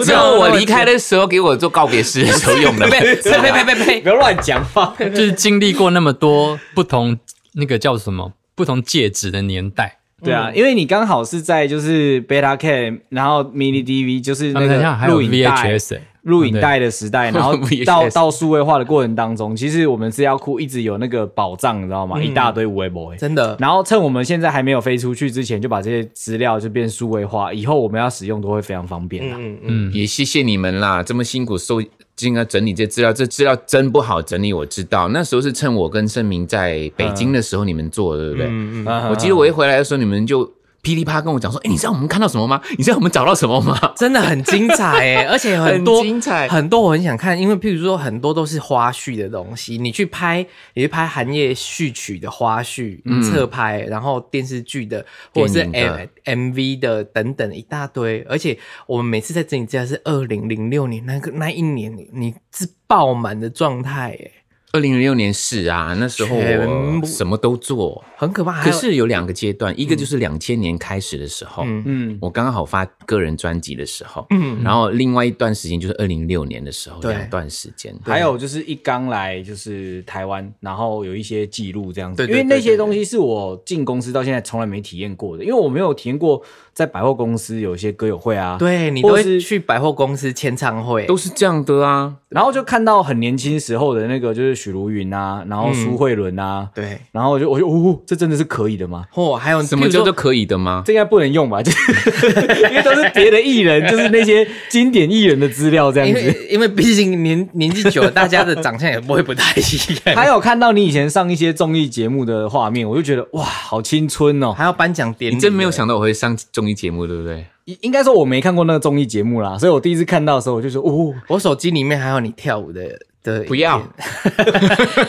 B: 只有我离开的时候给我做告别式的时候 [laughs] 用的？
D: 呸呸呸呸呸
C: 不要乱讲话。
E: 就是经历过那么多不同那个叫什么不同介质的年代，
C: 对啊，因为你刚好是在就是 Beta K，然后 Mini DV，就是
E: 他
C: 那
E: 们好
C: 个
E: 像还有
C: 录影带。
E: VHS 欸
C: 录影带的时代，然后到
B: VHS
C: 到数位化的过程当中，其实我们资料库一直有那个宝藏，你知道吗？一大堆无为 boy，
D: [laughs] 真的
C: 然后趁我们现在还没有飞出去之前，就把这些资料就变数位化，以后我们要使用都会非常方便啊
D: 嗯
C: 啦。
B: 嗯也谢谢你们啦，这么辛苦收进来整理这资料，这资料真不好整理，我知道。那时候是趁我跟盛明在北
D: 嗯
B: 京的时候，你们做的，对不对？
C: 嗯
B: 我记得我一回来的时候，你们就噼里啪啦跟我讲说：“哎、你知道我们看到什
D: [laughs]
B: 么吗？你知道我们找到什么吗
D: 真的很精彩
B: [laughs]
D: 哎、而且很多
B: 很精彩
D: 很多我很想看，因为譬如说很多都是花絮的东西，你去拍，你去拍韩业序曲的花絮、嗯侧拍，然后电视剧的或者是
B: 电影
D: M
B: 的
D: MV 的等等一大堆，而且我们每次在整理家是二零零六年那个那一年，你你是爆满的状态哎，？”
B: 二零零六年是啊，那时
D: [laughs]
B: 候
D: 全
B: 我
D: 部
B: 什么都做，
D: 很可怕。还
B: 可
D: 有
B: 是哦有两个阶段，一个就是两千年开始的时候，
D: 嗯
C: 嗯，
B: 我刚好发个人专辑的时候，
D: 嗯
B: 然后另外一段时间就是二零六年的时候，
D: 对
B: 两段时间，
C: 还有就是一刚来就是台湾，然后有一些记录这样子，
D: 对
C: 因
D: 对
C: 为那些
D: 对对
C: 东西是我进公司到现在从来没体验过的，因为我没有体验过在百货公司有一些歌友会啊，，
D: 对你都
C: 或
D: 会
C: 是
D: 去百货公司签唱会，
B: 都是这样的啊。
C: 然后就看到很年轻时候的那个就是许茹芸啊，然后苏慧伦啊，
D: 对。
C: 然后我就我就哦，这真的是可以的吗？
D: 哦，还有
B: 什么
D: 譬
B: 叫
D: 如
B: 做
D: 说
B: 可以的吗？
C: 这应该不能用吧？就是 [laughs] 因为都是别的艺人，就是那些经典艺人的资料这样
D: 因
C: 子。
D: 为因为毕竟年年纪久了，大家的长相也不会不太一样。
C: 还有看到你以前上一些综艺节目的画面，我就觉得哇，好青春哦！
D: [laughs] 还要颁奖典礼，
B: 你真没有想到我会上综艺节目，对不对？
C: 应应该说我没看过那个综艺节目啦，所以我第一次看到的时候，我就说哦，
D: 我手机里面还有你跳舞的的影片， [laughs]
B: 不要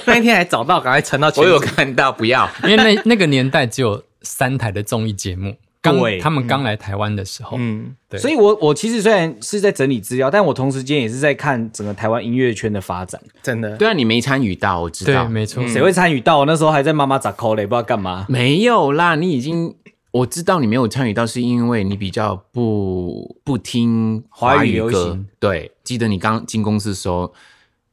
D: 那一天还找到，赶快传到群
B: 我
D: 组。
B: 有看到，不要。
E: 因为那那个年代只有三台的综艺节目，刚
C: 对
E: 他们刚来台湾的时候，
D: 嗯，
E: 对
C: 所以我我其实虽然是在整理资料，但我同时间也是在看整个台湾音乐圈的发展。
D: 真的，
B: 对啊，你没参与到，我知
E: 对，
B: 道。
E: 没错，
C: 谁会参与到？我那时候还在妈妈砸 call 嘞，不知道干嘛。
B: 没有啦，你已经我知道你没有参与到，是因为你比较不不听
C: 华语
B: 语
C: 流
B: 歌
C: 行。
B: 对，记得你刚进公司的时候，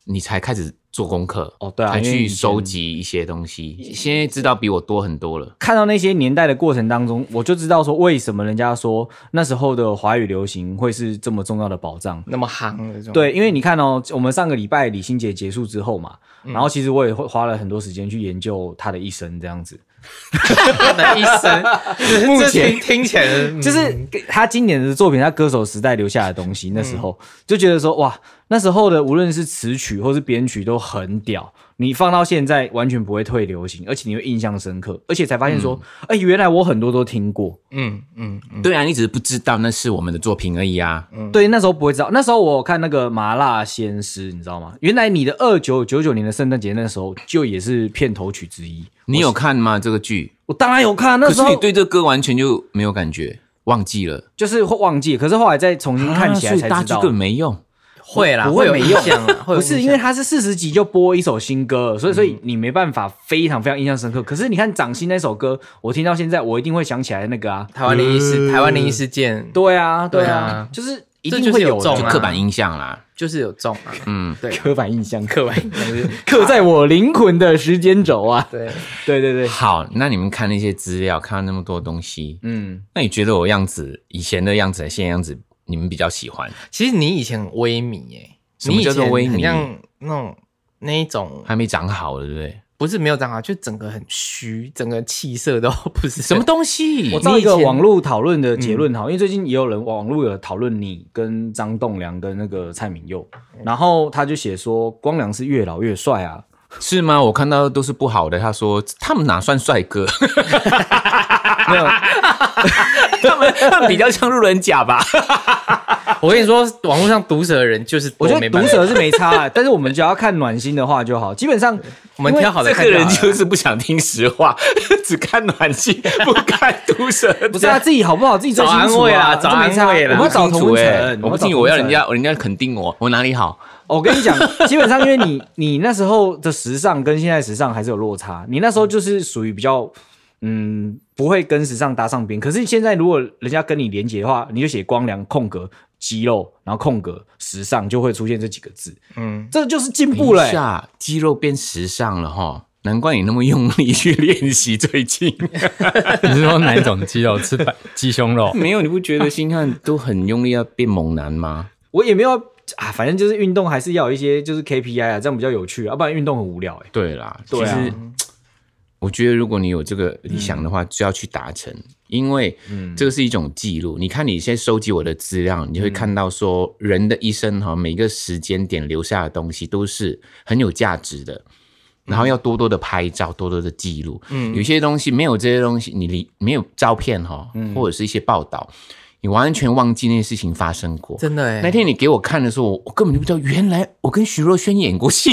B: 你才开始做功课
C: 哦对啊
B: 才
C: 因为
B: 去
C: 以前
B: 收集一些东西。现在知道比我多很多了。
C: 看到那些年代的过程当中，我就知道说为什么人家说那时候的华语流行会是这么重要的宝藏。
D: 那么夯的这种，
C: 对，因为你看哦，我们上个礼拜李心洁结束之后嘛，然后其实我也花花了很多时间去研究她的一生，这样子，
D: 他的一生，目前嗯听起来是
B: 嗯
C: 就是她经典的作品，她歌手时代留下的东西，那时
B: 嗯
C: 候就觉得说哇，那时候的无论是词曲或是编曲都很屌，你放到现在完全不会退流行，而且你会印象深刻，而且才发现说，
B: 嗯
C: 哎、原来我很多都听过，
D: 嗯嗯嗯，
B: 对啊，你只是不知道那是我们的作品而已啊。
C: 对，那时候不会知道。那时候我有看那个《麻辣鲜师》，你知道吗？原来你的二九九九年的圣诞节那时候就也是片头曲之一。
B: 你有看吗？这个剧？
C: 我当然有看，那
B: 可
C: 时
B: 是
C: 候
B: 你对这个歌完全就没有感觉，忘记了。
C: 就是会忘记，可是后来再重新看起来
B: 啊所以
C: 才
B: 大
C: 知
B: 家
C: 道。
B: 根本没用。
D: 会啦，
C: 不会
D: 有啊
C: 没
D: 印
C: 用
D: 象 [laughs] 啦，会有
C: 不
D: 印
C: 是
D: 象嗯
C: 因为它是四十集就播一首新歌，所以所以你没办法非常非常印象深刻。可是你看掌心那首歌，我听到现在我一定会想起来那个啊。
D: 台湾灵异事，台湾灵异事件，
C: 对啊，对
D: 对
C: 啊
D: 啊，
C: 就是一
D: 这
C: 定
D: 就是
C: 会
D: 有
C: 的
D: 中
B: 就
D: 啊
B: 刻板印象啦。
D: 就是有中啊，嗯，对，
C: 刻板印象，刻
D: 刻板印象就是。
C: 刻在我灵魂的时间轴啊
D: 对，
C: 对对对，
B: 好，那你们看那些资料，看到那么多东西，
C: 嗯。
B: 那你觉得我样子以前的样子，现在样子，你们比较喜欢？
D: [laughs] 其实你以前很萎靡哎，
B: 什么叫做萎靡
D: 你以前很像那种那一种
B: 还没长好，对不对？
D: 不是没有长好，就整个很虚，整个气色都 [laughs] 不是
B: 什么东西
C: 我？照一个网络讨论的结论
D: 嗯
C: 好，因为最近也有人网络有讨论你跟张栋梁跟那个蔡明佑，然后他就写说光良是越老越帅啊，
B: 是吗？我看到都是不好的。他说他们哪算帅 [laughs] 哥？
C: 没有，
B: [laughs] 他们他们比较像路人甲 [laughs] 吧？
D: 我跟你说，网络上毒舌的人就是多
C: 我觉得
D: 没办
C: 毒
D: 法
C: 舌是没差、啊， [laughs] 但是我们只要看暖心的话就好。基本上
D: 我们挑好的
B: 这
D: 看
B: 个
D: 就
B: 人
D: 好了
B: 就是不想听实话， [laughs] 只看暖气，不看毒 [laughs] 舌。
C: 不是他啊自己好不好自己最清
D: 找
C: 楚
D: 安慰
C: 啊，
D: 啦
C: 这没差
D: 找安慰啦
C: 我们要找
B: 清
C: 童
B: 楚
C: 文
B: 哎
C: 成，，
B: 我不
C: 们
B: 信，
C: 要找
B: 我
C: 童文
B: 要人
C: 成
B: 家，人家肯定我，我哪里好？
C: 我跟你讲，基本上因为你你那时候的时尚跟现在时尚还是有落差，你那时候就是属于比较嗯不会跟时尚搭上边。可是现在如果人家跟你连接的话，你就写光良空格肌肉，然后空格时尚就会出现这几个字，
D: 嗯，
C: 这就是进步了、
B: 等一下肌肉变时尚了哈，难怪你那么用力去练习。最近
E: 你是说哪一种肌肉？吃白鸡胸肉？
B: [laughs] 没有，你不觉得星汉都很用力要变猛男吗？
C: 我也没有要啊，反正就是运动还是要有一些就是 KPI 啊，这样比较有趣、啊，要不然运动很无聊哎、
B: 对啦，
C: 对啊，
B: 其实我觉得如果你有这个理想的话，就要去达成，因为这个是一种记录。你看，你现在收集我的资料，你就会看到说，人的一生哈，每个时间点留下的东西都是很有价值的。然后要多多的拍照，多多的记录。嗯，有些东西没有这些东西，你离没有照片哈、或者是一些报道，你完全忘记那些事情发生过。
D: 真的
B: 那
D: 哎，
B: 天你给我看的时候，我我根本就不知道，原来我跟徐若瑄演过戏。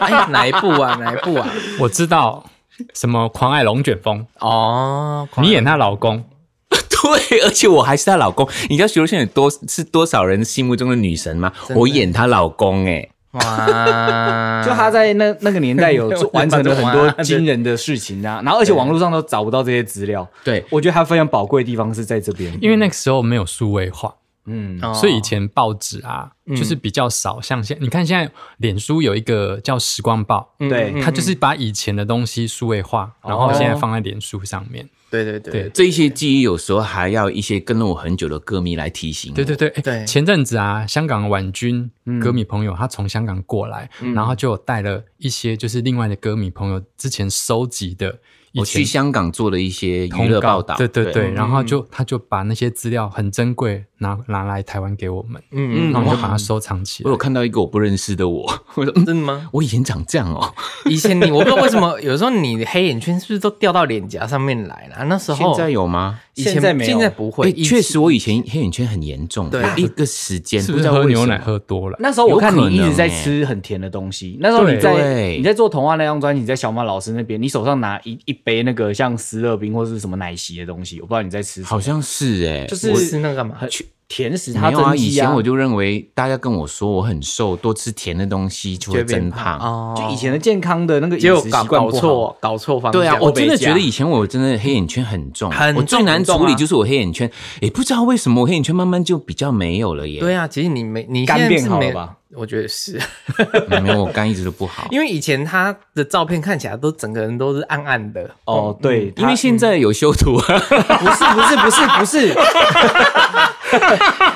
D: 哎哪一部啊？哪一部啊？
E: 我知道什么狂爱龙卷风，
D: [laughs] 哦，
E: 你演她老公，
B: [laughs] 对，而且我还是她老公。你知道徐若瑄有多是多少人心目中的女神吗？
D: 真的
B: 我演她老公哎、
D: [laughs] 哇
C: 就他在那那个年代有做完成了很多
D: 哇
C: 惊人的事情啊，然后而且网络上都找不到这些资料，
B: 对
C: 我觉得它非常宝贵的地方是在这边，
E: 因为那个时候没有数位化，
C: 嗯
D: 哦，
E: 所以以前报纸啊，就是比较少。像现你看现在脸书有一个叫《时光报》，
D: 嗯
C: 对
E: 它就是把以前的东西数位化，然后现在放在脸书上面。
D: 对对对
E: 对
B: 这一些记忆有时候还要一些跟了我很久的歌迷来提醒。
E: 对对对，诶
D: 对
E: 前阵子啊，香港婉君
B: 嗯
E: 歌迷朋友，他从香港过来，然后就有带了一些就是另外的歌迷朋友之前收集的以
B: 我去
E: 前
B: 香港做了一些
E: 通
B: 娱乐
E: 告
B: 报道。
E: 对对对，
D: 嗯
E: 然后就他就把那些资料很珍贵拿拿来台湾给我们，
D: 嗯
E: 然后我们就把它
B: 哇
E: 收藏起
B: 我
E: 来
B: 有。看到一个我不认识的我， [laughs] 我说、嗯、
D: 真的吗？
B: 我以前长这样
E: [laughs]
B: 哦，
D: 以前你我不知道为什么， [laughs] 有时候你的黑眼圈是不是都掉到脸颊上面来了？那时
B: 现
D: 候
B: 在有 [laughs] 吗？
D: 以前
C: 现在没有
D: 现在不会
B: 诶，确实，我以前黑眼圈很严重，
D: 对
B: 有一个时间
E: 是
B: 不
E: 不
B: 知
E: 是
B: 道
E: 喝
B: 为
E: 牛
B: 什
E: 奶
B: 么。
E: 喝多了？
C: 那时候我看你一直在
B: 有
C: 吃很甜的东西，那时候你
E: 对
C: 在
B: 对
C: 你在做童话那张专辑，在小马老师那边，你手上拿一一杯那个像斯乐冰或是什么奶昔的东西，我不知道你在吃什么，
B: 好像是哎、
C: 就是
D: 我是那个干嘛？
C: 很甜食它
B: 没有啊，
C: 增
B: 以
C: 肌
B: 前我就认为大家跟我说我很瘦，多吃甜的东西就会增胖。
D: 哦
C: 就以前的健康的那个饮
D: 结果
C: 食
D: 搞
C: 习惯
D: 搞
C: 不好，
D: 错，搞错方向。
B: 对啊，我真的
D: 被夹
B: 觉得以前我真的黑眼圈很重，
D: 很重
B: 我最难
D: 很重啊
B: 处理就是我黑眼圈，也不知道为什么我黑眼圈慢慢就比较没有了耶。
D: 对啊，其实你没你
C: 肝
D: 现在
C: 变
D: 是
C: 好了
D: 没
C: 吧？
D: 我觉得是， [laughs]
B: 嗯，没有，我肝一直都不好。
D: 因为以前他的照片看起来都整个人都是暗暗的。
C: 哦，对，
B: 因为
C: 它
B: 现
D: 嗯
B: 在有修图
D: [laughs]
B: 啊，
C: 不是不是不是不是，
B: [laughs]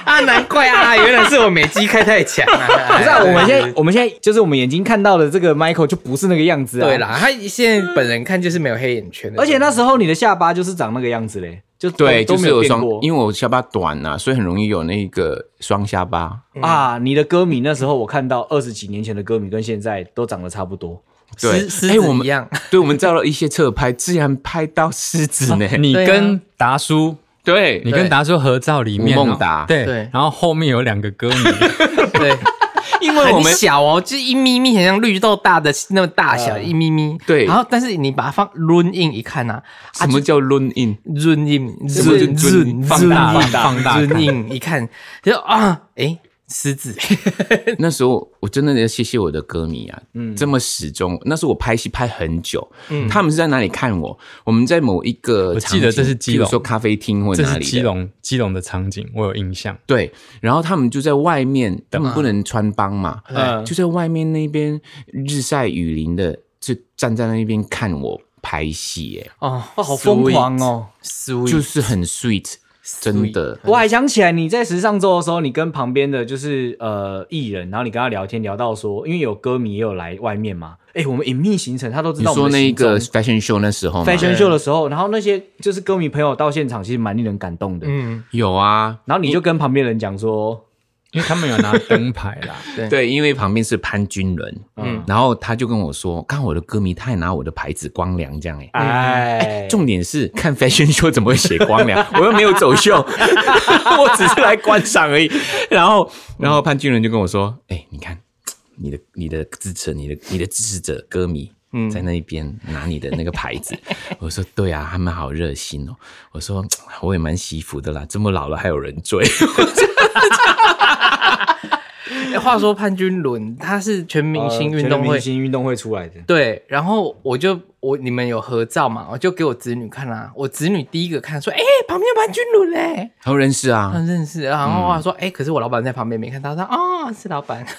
D: 啊，难怪啊，原来是我美肌开太强啊！
C: 不是啊，我们现在我们现在就是我们眼睛看到的这个 Michael 就不是那个样子啊。
D: 对，啦，他现在本人看就是没有黑眼圈的，
C: 而且那时候你的下巴就是长那个样子嘞，就
B: 对，
C: 都
B: 就
C: 都
B: 是
C: 没有
B: 有
C: 变
B: 双
C: 过，。
B: 因为我下巴短啊，所以很容易有那个双下巴。
C: 啊，你的歌迷那时候我看到二十几年前的歌迷跟现在都长得差不多，
B: 对
D: 狮狮，
B: 哎我
D: 子一
B: 们
D: 样，
B: 对，我们照了一些侧拍，竟然拍到狮子
D: [laughs]
B: 呢。
E: 你
D: 对啊
E: 跟达叔，
B: 对，
E: 你跟达叔合照里面哦，
B: 吴孟达
E: 对
D: 对，
E: 然后后面有两个
B: [laughs]
E: 歌
B: 啊
E: 迷，
D: [laughs] 对，
B: 因为我
D: 很
B: 们
D: 小哦，就是一咪咪，很像绿豆大的那么大小，
C: 嗯
D: 一咪咪。
B: 对
D: 然后但是你把它放 run in 一看啊，
B: 什么叫 run in？
D: run in
B: 是不是就
D: run
B: 放大放大
E: 放大
D: run in 一看就啊，哎，狮子，
B: 那时候我真的要谢谢我的歌迷啊，嗯，这么始终。那时候我拍戏拍很久，嗯，他们是在哪里看我？我们在某一个
E: 我
B: 场景，
E: 记得这是基隆
B: 譬如说咖啡厅或
E: 这
B: 哪
E: 是
B: 里
E: 基
B: 的。
E: 隆基隆的场景，我有印象。
B: 对，然后他们就在外面，他
E: 啊
B: 们不能穿帮嘛，
C: 嗯
B: 就在外面那边日晒雨淋的，就站在那边看我拍戏、耶，
D: 哦，
C: 哇，好疯狂哦！
D: ，sweet，
B: 就
D: sweet
B: 是很 sweet，真的。
C: 我还想起来，你在时尚周的时候，你跟旁边的就是呃艺人，然后你跟他聊天，聊到说，因为有歌迷也有来外面嘛，哎，我们隐秘行程他都知
B: 你
C: 道我
B: 说
C: 们的
B: 那
C: 行踪。
B: 个啊 fashion show 那时候吗？
C: fashion show 的时候，然后那些就是歌迷朋友到现场，其实蛮令人感动的。
D: 嗯，
B: 有啊，
C: 然后你就跟旁边人讲说，
E: 因为他们有拿灯牌啦，
B: 对，因为旁边是潘君伦，
D: 嗯
B: 嗯，然后他就跟我说，看我的歌迷太拿我的牌子光良这样哎、
C: 哎，
B: 重点是看 fashion show 怎么会写光良？我又没有走秀， [laughs] 我只是来观赏而已。然后，然后潘君伦就跟我说：“哎、你看你的你的支持，你的你的支持者歌迷，在那一边拿你的那个牌子。我说：“对啊，他们好热心哦。”我说：“我也蛮惜福的啦，这么老了还有人追。
D: 哎话说潘君伦他是全明星运动
C: 呃全
D: 会
C: 明星运动会出来的，
D: 对，然后我就我你们有合照嘛，我就给我子女看啦、啊我子女第一个看说，哎、旁边有潘君伦嘞、欸，”
B: 他们认识啊
D: 他，认识。然后
C: 嗯
D: 我说，哎、可是我老板在旁边没看到，他说，哦，是老
C: [laughs]
D: 板。 [laughs]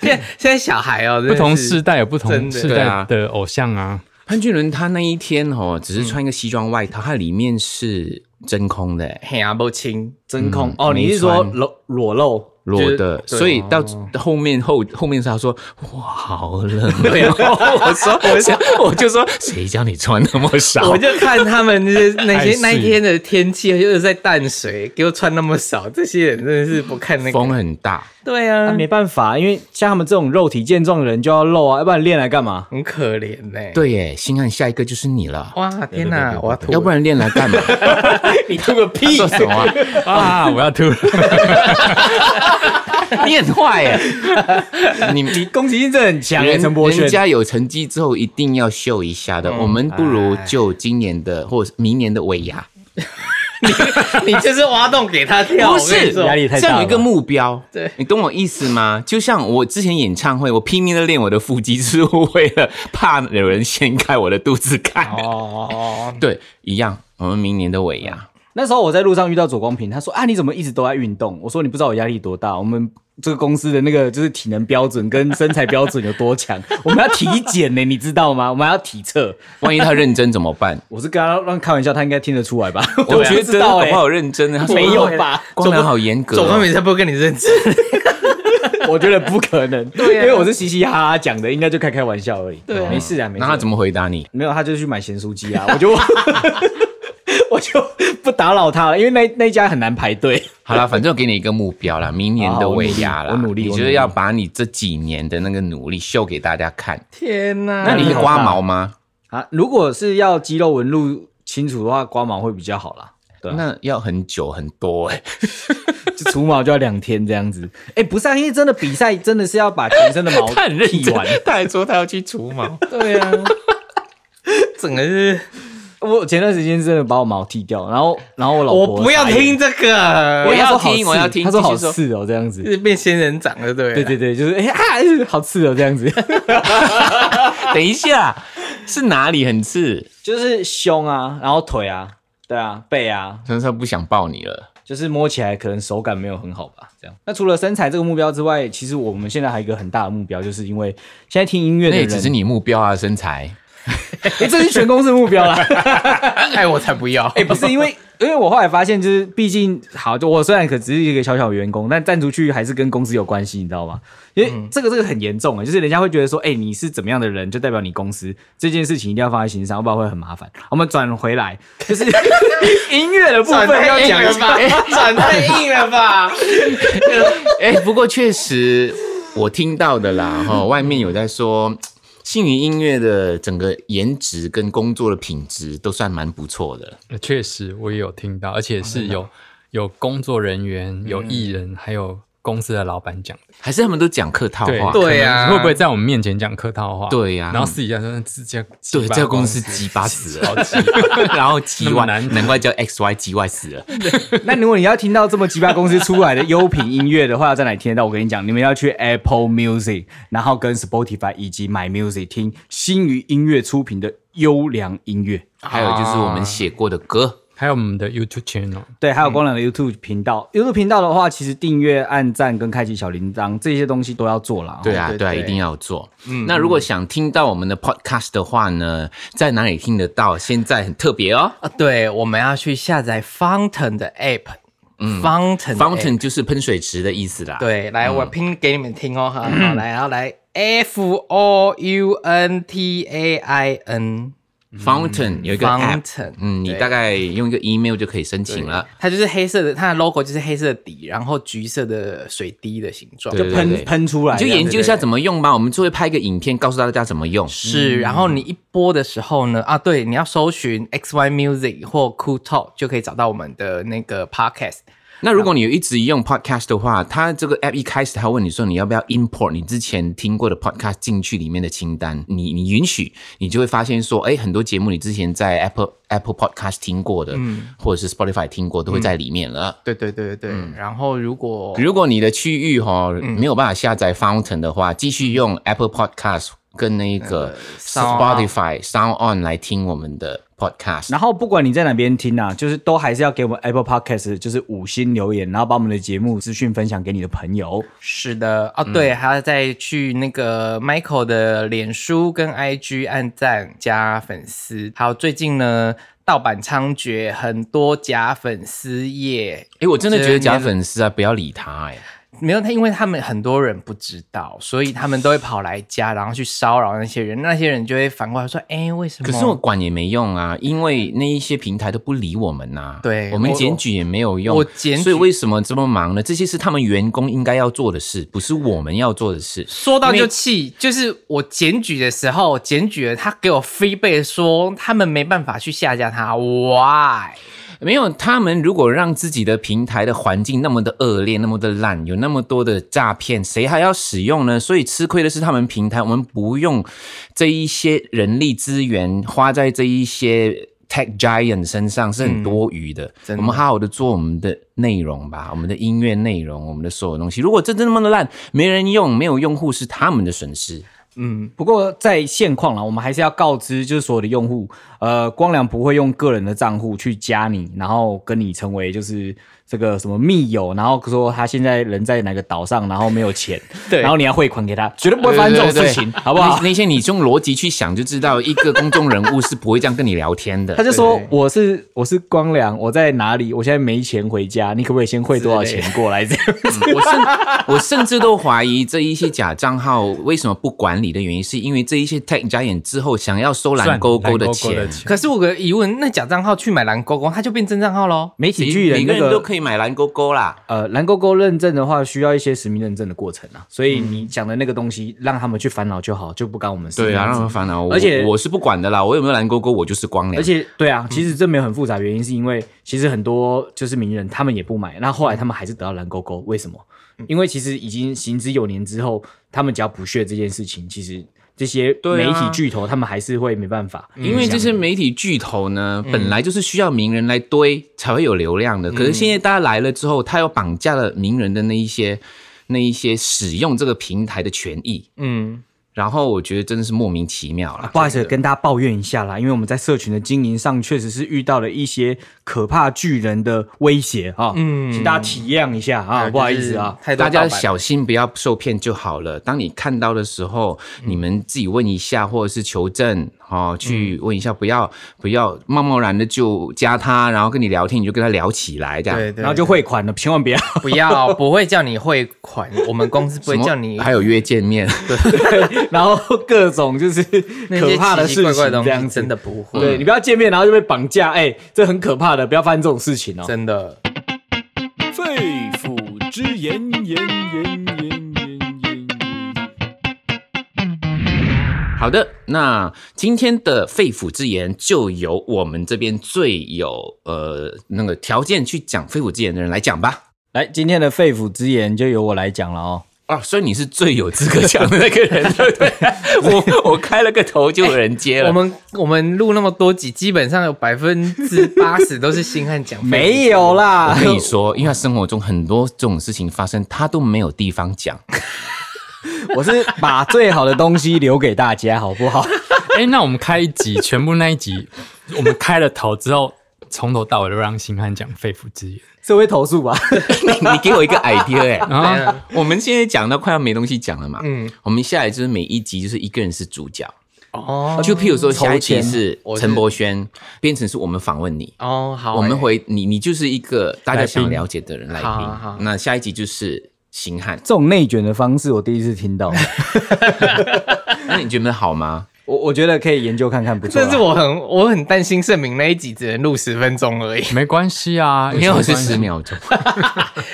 D: 现在现在小孩哦，真
E: 不
D: 的
E: 同
D: 是
E: 世代有不同
D: 真的
E: 世
B: 对
E: 代
B: 啊
E: 的偶像啊。
B: 潘俊伦他那一天哦，只是穿一个西装外套，他里面是真空的、欸
D: 嘿啊不清，
C: 真空
B: 嗯
C: 哦，你是
B: 没
C: 说
B: 穿
C: 裸裸露？
B: 裸的，
D: 就是对
B: 所以到后面后后面是他说哇好冷， [laughs] 然后我说啊 [laughs] 我想我就说谁叫你穿那么 [laughs] 少
D: 我？就看他们那些
C: [laughs]
D: 那
E: 还
D: 些
E: 是
D: 那一天的天气，就是在淡水，给我穿那么少，这些人真的是不看那
B: 风
D: 个。
B: 很大，欸
D: 对
C: 那
D: 啊，
C: 没办法，因为像他们这种肉体健壮的人就要露啊，要不然练来干嘛？
D: 很可怜呢、欸。，
B: 对耶，心汉下一个就是你了，
D: 哇，天哪，我要吐了。
B: 哦要不然练来 [laughs] 干嘛？
C: 你 [laughs] 吐个屁！
B: 做什么啊？
E: [laughs] 啊！我要吐
B: [laughs]
E: 了，
B: 你很坏
C: [laughs]
D: 啊
B: 耶！ [laughs] 你
C: 你攻击性真的很强哎，
B: 人
C: 陈柏
B: 人
C: 轩。
B: 家有成绩之后一定要秀一下的，我们不如就今年的或明年的尾牙，
D: 你就是挖洞给他跳，
B: 不
D: 我跟你
B: 是
D: 说
C: 压力太大
B: 这
C: 了
B: 样有一个目标，
D: 对
B: 你懂我意思吗？就像我之前演唱会，我拼命的练我的腹肌，是为了怕有人掀开我的肚子看。
D: 哦哦
B: 对，一样。我们明年的尾牙，
C: 那时候我在路上遇到左光平，他说啊你怎么一直都在运动？我说你不知道我压力多大，我们这个公司的那个就是体能标准跟身材标准有多强， [laughs] 我们要体检呢，你知道吗？我们还要体测。
B: 万一他认真怎
C: [laughs]？
B: 么办
C: 我是跟他让开玩笑，他应该听得出来吧？
B: 我
C: 不
B: 觉
C: 知
B: 得
C: 道
B: 搞
C: 哎
B: 不，好认真呢。他说哦
C: 没有吧？
B: 光良好严格
D: 总冠
B: 哦。
D: 名才不会跟你认真。 [laughs]
C: [laughs] 我觉得不可能，
D: 对啊
C: 因为我是嘻嘻哈哈讲的，应该就开开玩笑而已。对、没事啊，没事
B: 那
C: 啊。
B: 他怎么回答你？
C: 没有，他就去买咸酥鸡啊， [laughs] 我就我就不打扰他了，因为那那一家很难排队。
B: 好啦，反正我给你一个目标啦，明年的尾牙啦，
C: 好我努力我努力
B: 你就是要把你这几年的那个努力秀给大家看。
D: 天哪！
B: 那你
C: 是
B: 是刮毛吗？
C: 啊，如果是要肌肉纹路清楚的话，刮毛会比较好 [laughs] 啦。对啊、
B: 那要很久很
C: [laughs]
B: 多哎。
C: 就除毛就要两天这样子。哎、不是、啊，因为真的比赛真的是要把全身的 [laughs] 毛剃完。 [laughs]
B: 他还说他要去除毛。
D: 对啊，整个是
C: 我前段时间真的把我毛剃掉，然后然后我老婆
D: 我不要
C: 傻眼
D: 听这个，
B: 我要
C: 她说好
B: 听我
C: 刺
B: 要听
C: 她说
B: 继续
C: 好
B: 说
C: 刺哦，这样子，
D: 是变仙人掌了，对不
C: 对对对，就是哎、啊，好刺哦，这样子，
B: 等一下，是哪里很刺？
C: 就是胸啊，然后腿啊，对啊，背啊，
B: 陈少不想抱你了。
C: 就是摸起来可能手感没有很好吧，这样。那除了身材这个目标之外，其实我们现在还有一个很大的目标，就是因为现在听音乐的
B: 那也
C: 人，
B: 只是你目标啊，身材。
C: [laughs] 诶这是全公司的目标啦。 [laughs]
D: 哎，我才不要！
C: 哎、不是因为，因为我后来发现，就是毕竟好，就我虽然可只是一个小小员工，但站出去还是跟公司有关系，你知道吗？因为这个这个很严重啊，就是人家会觉得说，哎、你是怎么样的人，就代表你公司这件事情一定要放在心上，要不然会很麻烦。我们转回来，就是 [laughs] 音乐的部分
D: 转
C: 要
D: 太硬
C: 讲一
D: 了
C: 下。
D: 吧， [laughs] 转太硬了吧！
B: 哎、不过确实我听到的啦，哈，外面有在说，信宇音乐的整个颜值跟工作的品质都算蛮不错的。
E: 呃确实我也有听到，而且
B: 哦
E: 是有有工作人员、
B: 嗯
E: 有艺人，还有公司的老板讲的。
B: 还是他们都讲客套话，
D: 对啊
E: 可能会不会在我们面前讲客套话？
B: 对啊
E: 然后私底下说自家
B: 对，这个公司鸡巴死了，然 [laughs] 后 G
E: 那
B: Y，
E: 么难
B: 难怪叫 X Y G Y 死了。
C: 那如果你要听到这么鸡巴公司出来的优品音乐的话，要在哪里听得到？我跟你讲，你们要去 Apple Music，然后跟 Spotify 以及 My Music 听新余音乐出品的优良音乐。
B: 还有就是我们写过的歌，
E: 还有我们的 YouTube channel，
C: 对，还有光良
B: 嗯
C: 的 YouTube 频道。YouTube 频道的话，其实订阅、按赞跟开启小铃铛这些东西都要做啦。哦
B: 对啊，
D: 哦对
B: 对啊，
D: 对嗯
B: 一定要做。那如果想听到我们的 podcast 的话呢，在哪里听得到？现在很特别哦
D: 啊，对，我们要去下载 Fountain 的 app，嗯，Fountain 的 app
B: ，fountain 嗯就是喷水池的意思啦。，
D: 对，来，我拼给你们听哦，好，
B: 嗯
D: 好来，然后来 F O U N T A I N
B: Fountain 有一个 app，
D: Fountain，
B: 嗯，你
D: 对
B: 大概用一个 email 就可以申请了。
D: 它就是黑色的，它的 logo 就是黑色的底，然后橘色的水滴的形状，
B: 对对
C: 喷喷出来
B: 你
C: 这
B: 就
C: 样，
B: 研究一下怎么用吧，我们就会拍一个影片告诉大家怎么用。
D: 是，然后你一播的时候呢，啊，对，你要搜寻 X Y Music 或 Cool Talk 就可以找到我们的那个 podcast。
B: 那如果你有一直用 podcast 的话，它这个 app 一开始它问你说你要不要 import 你之前听过的 podcast 进去里面的清单，你你允许，你就会发现说，哎，很多节目你之前在 Apple Apple Podcast 听过的，或者是 Spotify 听过，都会在里面了。
D: 对对对对对，然后如果
B: 如果你的区域哈、没有办法下载 Fountain 的话，继续用 Apple Podcast 跟那个
D: Sound
B: Spotify Sound On 来听我们的 podcast。
C: 然后不管你在哪边听啊，就是都还是要给我们 Apple Podcast 就是五星留言，然后把我们的节目资讯分享给你的朋友。
D: 是的，哦，对，还要再去那个 Michael 的脸书跟 IG 按赞加粉丝，还有最近呢，盗版猖獗，很多假粉丝页，
B: 哎，我真的觉得假粉丝啊，不要理他哎、
D: 没有他，因为他们很多人不知道，所以他们都会跑来加，然后去骚扰那些人，那些人就会反过来说，哎，为什么？
B: 可是我管也没用啊，因为那一些平台都不理我们呐、
D: 对
B: 我们
D: 我
B: 检举也没有用。
D: 我检举
B: 所以为什么这么忙呢？这些是他们员工应该要做的事，不是我们要做的事。
D: 说到
B: 因
D: 就
B: 为
D: 气，就是我检举的时候，检举了他给我飞背说他们没办法去下架他，why？
B: 没有，他们如果让自己的平台的环境那么的恶劣，那么的烂，有那么多的诈骗，谁还要使用呢？所以吃亏的是他们平台，我们不用这一些人力资源花在这一些 tech giant 身上是很多
C: 嗯
B: 余的。
D: 真的
B: 我们好好的做我们的内容吧，我们的音乐内容，我们的所有东西。如果真的那么的烂，没人用，没有用户是他们的损失。
D: 嗯
C: 不过在现况啦，我们还是要告知，就是所有的用户，呃，光良不会用个人的账户去加你，然后跟你成为就是这个什么密友，然后说他现在人在哪个岛上，然后没有
B: [laughs]
C: 钱，
D: 对
C: 然后你要汇款给他，绝对不会发生这种事情，
B: 对对对
C: 好不好？
B: 那那些你用逻辑去想就知道，一个公众人物是不会这样跟你聊天的。
C: 他就说
D: 对对
C: 我是我是光良，我在哪里？我现在没钱回家，你可不可以先汇多少钱过来？这样
B: 我甚我甚至都怀疑这一些假账号为什么不管理的原因，是因为这一些 tech 加眼之后想要收蓝勾勾的
E: 算蓝
B: 钱
E: 勾勾的。钱 [laughs]
D: 可是我有个疑问，那假账号去买蓝勾勾，它就变真账号喽？
C: [laughs] 媒体
B: 每
C: 巨
B: 每
C: 人
B: 个
C: 那
B: 人
C: 个
B: 都可以买蓝勾勾啦。
C: 呃蓝勾勾认证的话，需要一些实名认证的过程啊，所以
B: 嗯
C: 你讲的那个东西，让他们去烦恼就好，就不干我们事。
B: 对
C: 这
B: 啊，
C: 样
B: 让
C: 子
B: 人烦恼。我
C: 而且
B: 我是不管的啦，我有没有蓝勾勾，我就是光良。
C: 而且对
D: 嗯
C: 啊，其实这没有很复杂，原因是因为其实很多就是名人他们也不买，那后来
D: 嗯
C: 他们还是得到蓝勾勾，为什么？因为其实已经行之有年之后，他们只要不屑这件事情，其实这些
B: 对
C: 媒
B: 啊
C: 体巨头，他们还是会没办法。
B: 因为这些媒体巨头呢，本来就是需要名人来堆才会有流量的。可是现在大家来了之后，他又绑架了名人的那一些、那一些使用这个平台的权益，
D: 嗯，
B: 然后我觉得真的是莫名其妙
D: 啊
B: 了。
C: 不好意思，跟大家抱怨一下啦，因为我们在社群的经营上确实是遇到了一些可怕巨人的威胁啊，嗯，
D: 嗯
C: 请大家体谅一下啊，
D: 就是
C: 不好意思啊，
D: 太多
B: 大
D: 盗
B: 家
D: 版
B: 小心不要受骗就好了。当你看到的时候，
D: 嗯
B: 你们自己问一下，或者是求证，哦，去问一下，不要不要贸贸然的就加他，然后跟你聊天，你就跟他聊起来这样。
D: 对对，
C: 然后就汇款了，千万不要。 [laughs]
D: 不要，不会叫你汇款，我们公司不
B: 什
D: 会
B: 么
D: 叫你
B: 还有约
D: [laughs]
B: 见面，
C: 然后各种就是
D: 那些
C: 可怕的
D: 奇
C: 事
D: 奇怪怪
C: 情，这
D: 的东
C: 样
D: 西，
C: 子
D: 真的。不会，
C: 对你不要见面，然后就被绑架，哎、这很可怕的，不要发生这种事情哦。
D: 真的。
A: 肺腑之言，言言言言言言。
B: 好的，那今天的肺腑之言就由我们这边最有呃那个条件去讲肺腑之言的人来讲吧。
C: 来，今天的肺腑之言就由我来讲了哦。
B: 哦，所以你是最有资格讲的那个人，
D: [laughs]
B: 对不对？我我开了个头就有人接了。
D: 我们我们录那么多集，基本上有百分之八十都是星汉讲，
C: 没有啦 [laughs]
B: 我，跟你说，因为他生活中很多这种事情发生，他都没有地方讲。
C: 我是把最好的东西留给大家，好不好？ [laughs]
E: 哎、那我们开一集，全部那一集，我们开了头之后，从头到尾都让星汉讲肺腑之言
C: 这会投诉吧？
B: 你你给我一个 idea 哎、
D: 对
E: 啊，
D: 啊。
B: 我们现在讲到快要没东西讲了嘛，
D: 嗯
B: 嗯，我们下来就是每一集就是一个人是主角，
D: 哦
B: 就譬如说下一集
C: 抽签
B: 是
D: 我是
B: 陈柏轩，变成是我们访问你，
D: 哦，好欸，
B: 我
C: 啊
B: 们回你，你就是一个大家想
E: 来宾
B: 了解的人来
D: 好啊好啊
B: 宾。那下一集就是邢汉，
C: 这种内卷的方式，我第一次听到。
B: 那哎你觉得好吗？
C: 我我觉得可以研究看看，不错啊啦。
D: 但是我很我很担心盛明那一集只能录十分钟而已。
E: 没关系啊，
B: 因为我是
E: 有什
B: 十
E: 么关系。
B: 秒钟，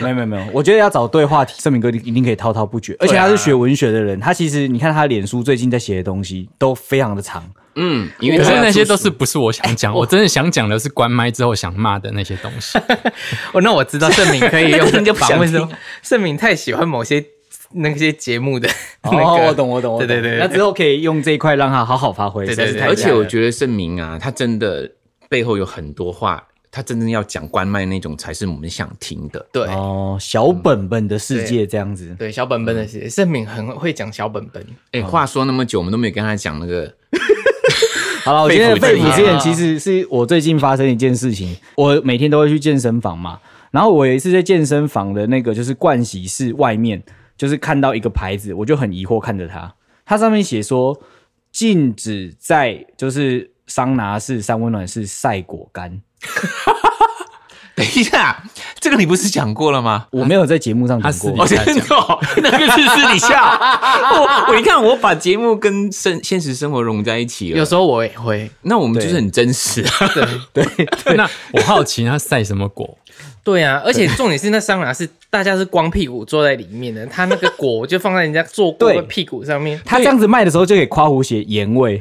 C: 没有没有没有，我觉得要找对话题，盛明哥一定可以滔滔不绝。而且他是学文学的人，他其实你看他脸书最近在写的东西都非常的长。
B: 嗯，因为
E: 可
B: 他
E: 是
B: 要
E: 那些都
B: 出
E: 是不是我想讲，我真的想讲的是关麦之后想骂的那些东西。
D: [laughs] 哦， [laughs] 那我知道盛明可以用
B: 那个人就不想
D: 访问说
B: 听，
D: 盛明太喜欢某些那些节目的 [laughs] 那个。
C: 哦，我懂我懂我懂。
D: 对对对，
C: 那之
D: 后
C: 后可以用这一块让他好好发挥，
D: 对
C: 实在
D: 对
C: 是
D: 对
C: 太
B: 而
C: 厉害
B: 且
C: 了
B: 我觉得盛明啊，他真的背后有很多话，他真正要讲关麦那种才是我们想听的。
D: 对
C: 哦，小本本的世界这样子。
D: 对小本本的事，盛明很会讲小本本。
B: 哎，话说那么久，我们都没有跟他讲那个，
C: 好了，我今天的
B: 肺
C: 肺
B: 腑
C: 腑
D: 之
C: 之
D: 言
C: 言其实是我最近发生一件事情，我每天都会去健身房嘛，然后我有一次在健身房的那个就是盥洗室外面，就是看到一个牌子，我就很疑惑看着它，它上面写说禁止在就是桑拿室、三温暖室晒果干，
B: [laughs] 等一下，这个你不是讲过了吗？
C: 我没有在节目上
E: 他
C: 讲
E: 私
C: 过
E: 底。
D: 啊
B: 哦，真的哦， [laughs] 那个是私底 [laughs] 下。我我你看，我把节目跟生现实生活融在一起了。
D: 有时候我也会，
B: 那我们就是很真实啊。
D: 对
E: 那我好奇他晒什么果？
D: 对啊，而且重点是那桑拿是大家是光屁股坐在里面的，他那个果就放在人家坐过 [laughs]
C: 对
D: 的屁股上面，
C: 他这样子卖的时候就给夸胡写盐味，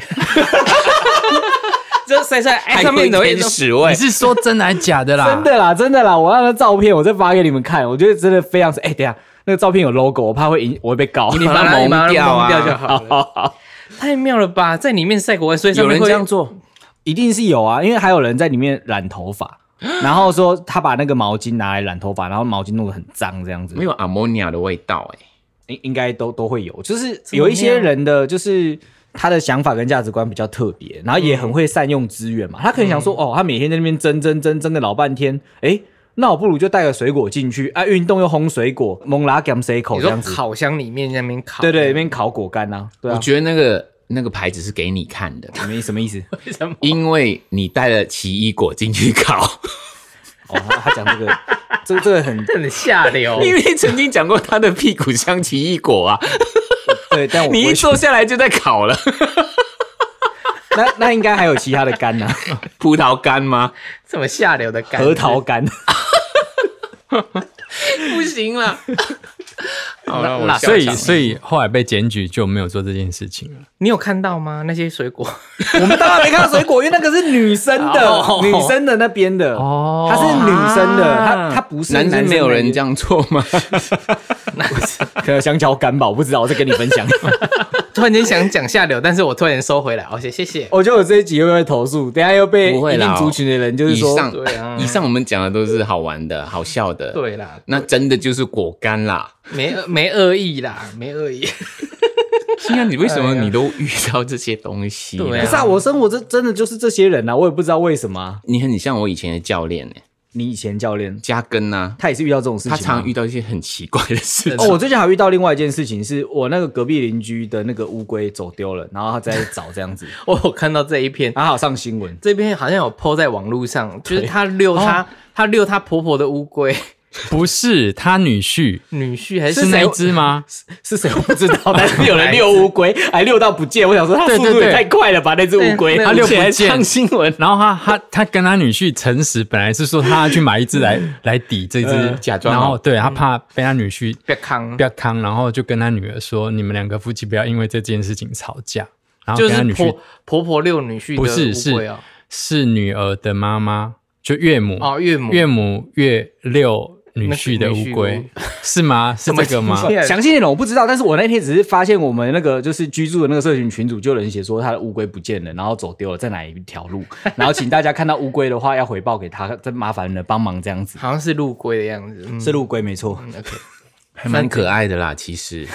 D: 这晒晒哎
B: [laughs] 还
D: 上面
B: 会
D: 有一
B: 天
D: 种
B: 使味
E: 你，是说真的还是假的
C: [laughs]
E: 啦？
C: 真的啦，真的啦，我要那照片我再发给你们看，我觉得真的非常是，哎、等一下那个照片有 logo，我怕会影，我会被告。
B: 你把它
D: 你
B: 蒙
D: 它
B: 掉啊
D: 蒙掉就好了。 [laughs] 太妙了吧，在里面晒果干，所以上
B: 有
D: 面
B: 人
D: 会
B: 这样做，
D: 哦
C: 一定是有啊，因为还有人在里面染头 [gasps] 发，然后说他把那个毛巾拿来染头发，然后毛巾弄得很脏这样子，
B: [laughs] 没有 ammonia 的味道哎、
C: 应应该都都会有，就是
D: 怎么
C: 有一些
D: 样
C: 人的就是。他的想法跟价值观比较特别，然后也很会善用资源嘛。他可能想说，哦，他每天在那边蒸蒸蒸蒸个老半天，诶，那我不如就带个水果进去啊，运动又烘水果，蒙拉给 a m 口
D: 你
C: 这
D: 说
C: 样子，
D: 烤箱里面那边烤，
C: 对对，那边烤果干啊，对
B: 我
C: 啊，
B: 觉得那个那个牌子是给你看的，
C: 没什么意思。
D: [laughs]
C: [laughs]
D: 为什么？
B: 因为你带了奇异果进去烤。
C: 哦，他他讲这个，这这个很
D: 很下流， [laughs]
B: 因为曾经讲过他的屁股像奇异果啊，
C: 对，但我不
B: 你一
C: 会
B: 坐下来就在烤了。
C: 那那应该还有其他的干呢、
B: 葡萄干吗？
D: 这么下流
C: [laughs]
D: 的感觉，
C: 核桃干。
B: 不行了。
E: 哦
B: 好了，我
D: 那
B: 笑
E: 所以，
B: 场了
E: 所以后来被检举就没有做这件事情了。
D: 你有看到吗？那些水果， [laughs]
C: 我们当然没看到水果，因为那个是女生的，
B: 哦
C: 女生的那边的，
E: 哦
C: 她是女生的，她
B: 啊
C: 她不是
B: 男
C: 生
B: 生没有人这
C: 样。
B: 样做吗？
C: 可能香蕉干吧，我不知道，我在跟你分 [laughs] 享。
D: 突然间想讲下流，但是我突然收回来，而且谢谢。
E: 哦
C: 我觉得我这一集会不会投诉？等一下又被
B: 不会
C: 一
B: 啦
C: 定族群的人就是
B: 以
C: 说，
B: 上
D: 对啊
B: 以上我们讲的都是好玩的、好笑的，
D: 对啦，
B: 那真的就是果干啦。
D: [laughs] 没没恶意啦，没恶意。 [laughs]
B: 欣然，你为什么你都遇到这些东西？
D: 对
C: 不
D: 啊
C: 是啊，我生活这真的就是这些人啊，我也不知道为什么啊、
B: 你很像我以前的教练呢、
C: 你以前教练
B: 加根呐、
C: 他也是遇到这种事情啊
B: 他
C: 吗，
B: 常遇到一些很奇怪的事
C: 哦，
B: 情。
C: 我最近还遇到另外一件事情，是我那个隔壁邻居的那个乌龟走丢了，然后他在找这样子， [laughs]
D: 我有看到这一篇，
C: 然后还有上新闻。
D: 这篇好像有 PO 在网络上，就是她遛
E: 哦
D: 她，她遛她婆婆的乌龟，
E: 不是他女婿
D: 女婿还是
E: 是那
D: 谁
E: 一只吗？
C: 是谁我不知道，但是有人遛乌龟，还遛到不见。我想说，他速
E: 对
C: 度
E: 对
C: 也太快了吧，那只乌龟，
D: 对
E: 他
C: 它
E: 遛
C: 遛
E: 不
C: 不见。
E: 见。
B: 新闻
E: 然后他他他跟他女婿诚实，本来是说他要去买一只来来抵这只
C: 呃，
B: 假装哦
E: 然后对他怕被他女婿
D: 不要康
E: 不，要康，然后就跟他女儿说，你们两个夫妻不要因为这件事情吵架。然后
D: 就
E: 跟他
D: 是
E: 女
D: 婆
E: 婿
D: 婆婆遛女婿的
E: 不是
D: 乌龟
E: 是
D: 哦，
E: 是女儿的妈妈，就岳母
D: 哦岳母
E: 岳母岳六女婿的乌
D: 那个女
E: 龟是吗？是这个吗
D: 怎么？听起来
C: 详细内容我不知道，但是我那天只是发现我们那个就是居住的那个社群群主就有人写说他的乌龟不见了，然后走丢了，在哪一条路？然后请大家看到乌龟的话要回报给他，真麻烦了，帮忙这样子。
D: [laughs] 好像是陆龟的样子，嗯
C: 是陆龟没错，
D: 嗯，OK，
B: 还蛮可爱的啦，其实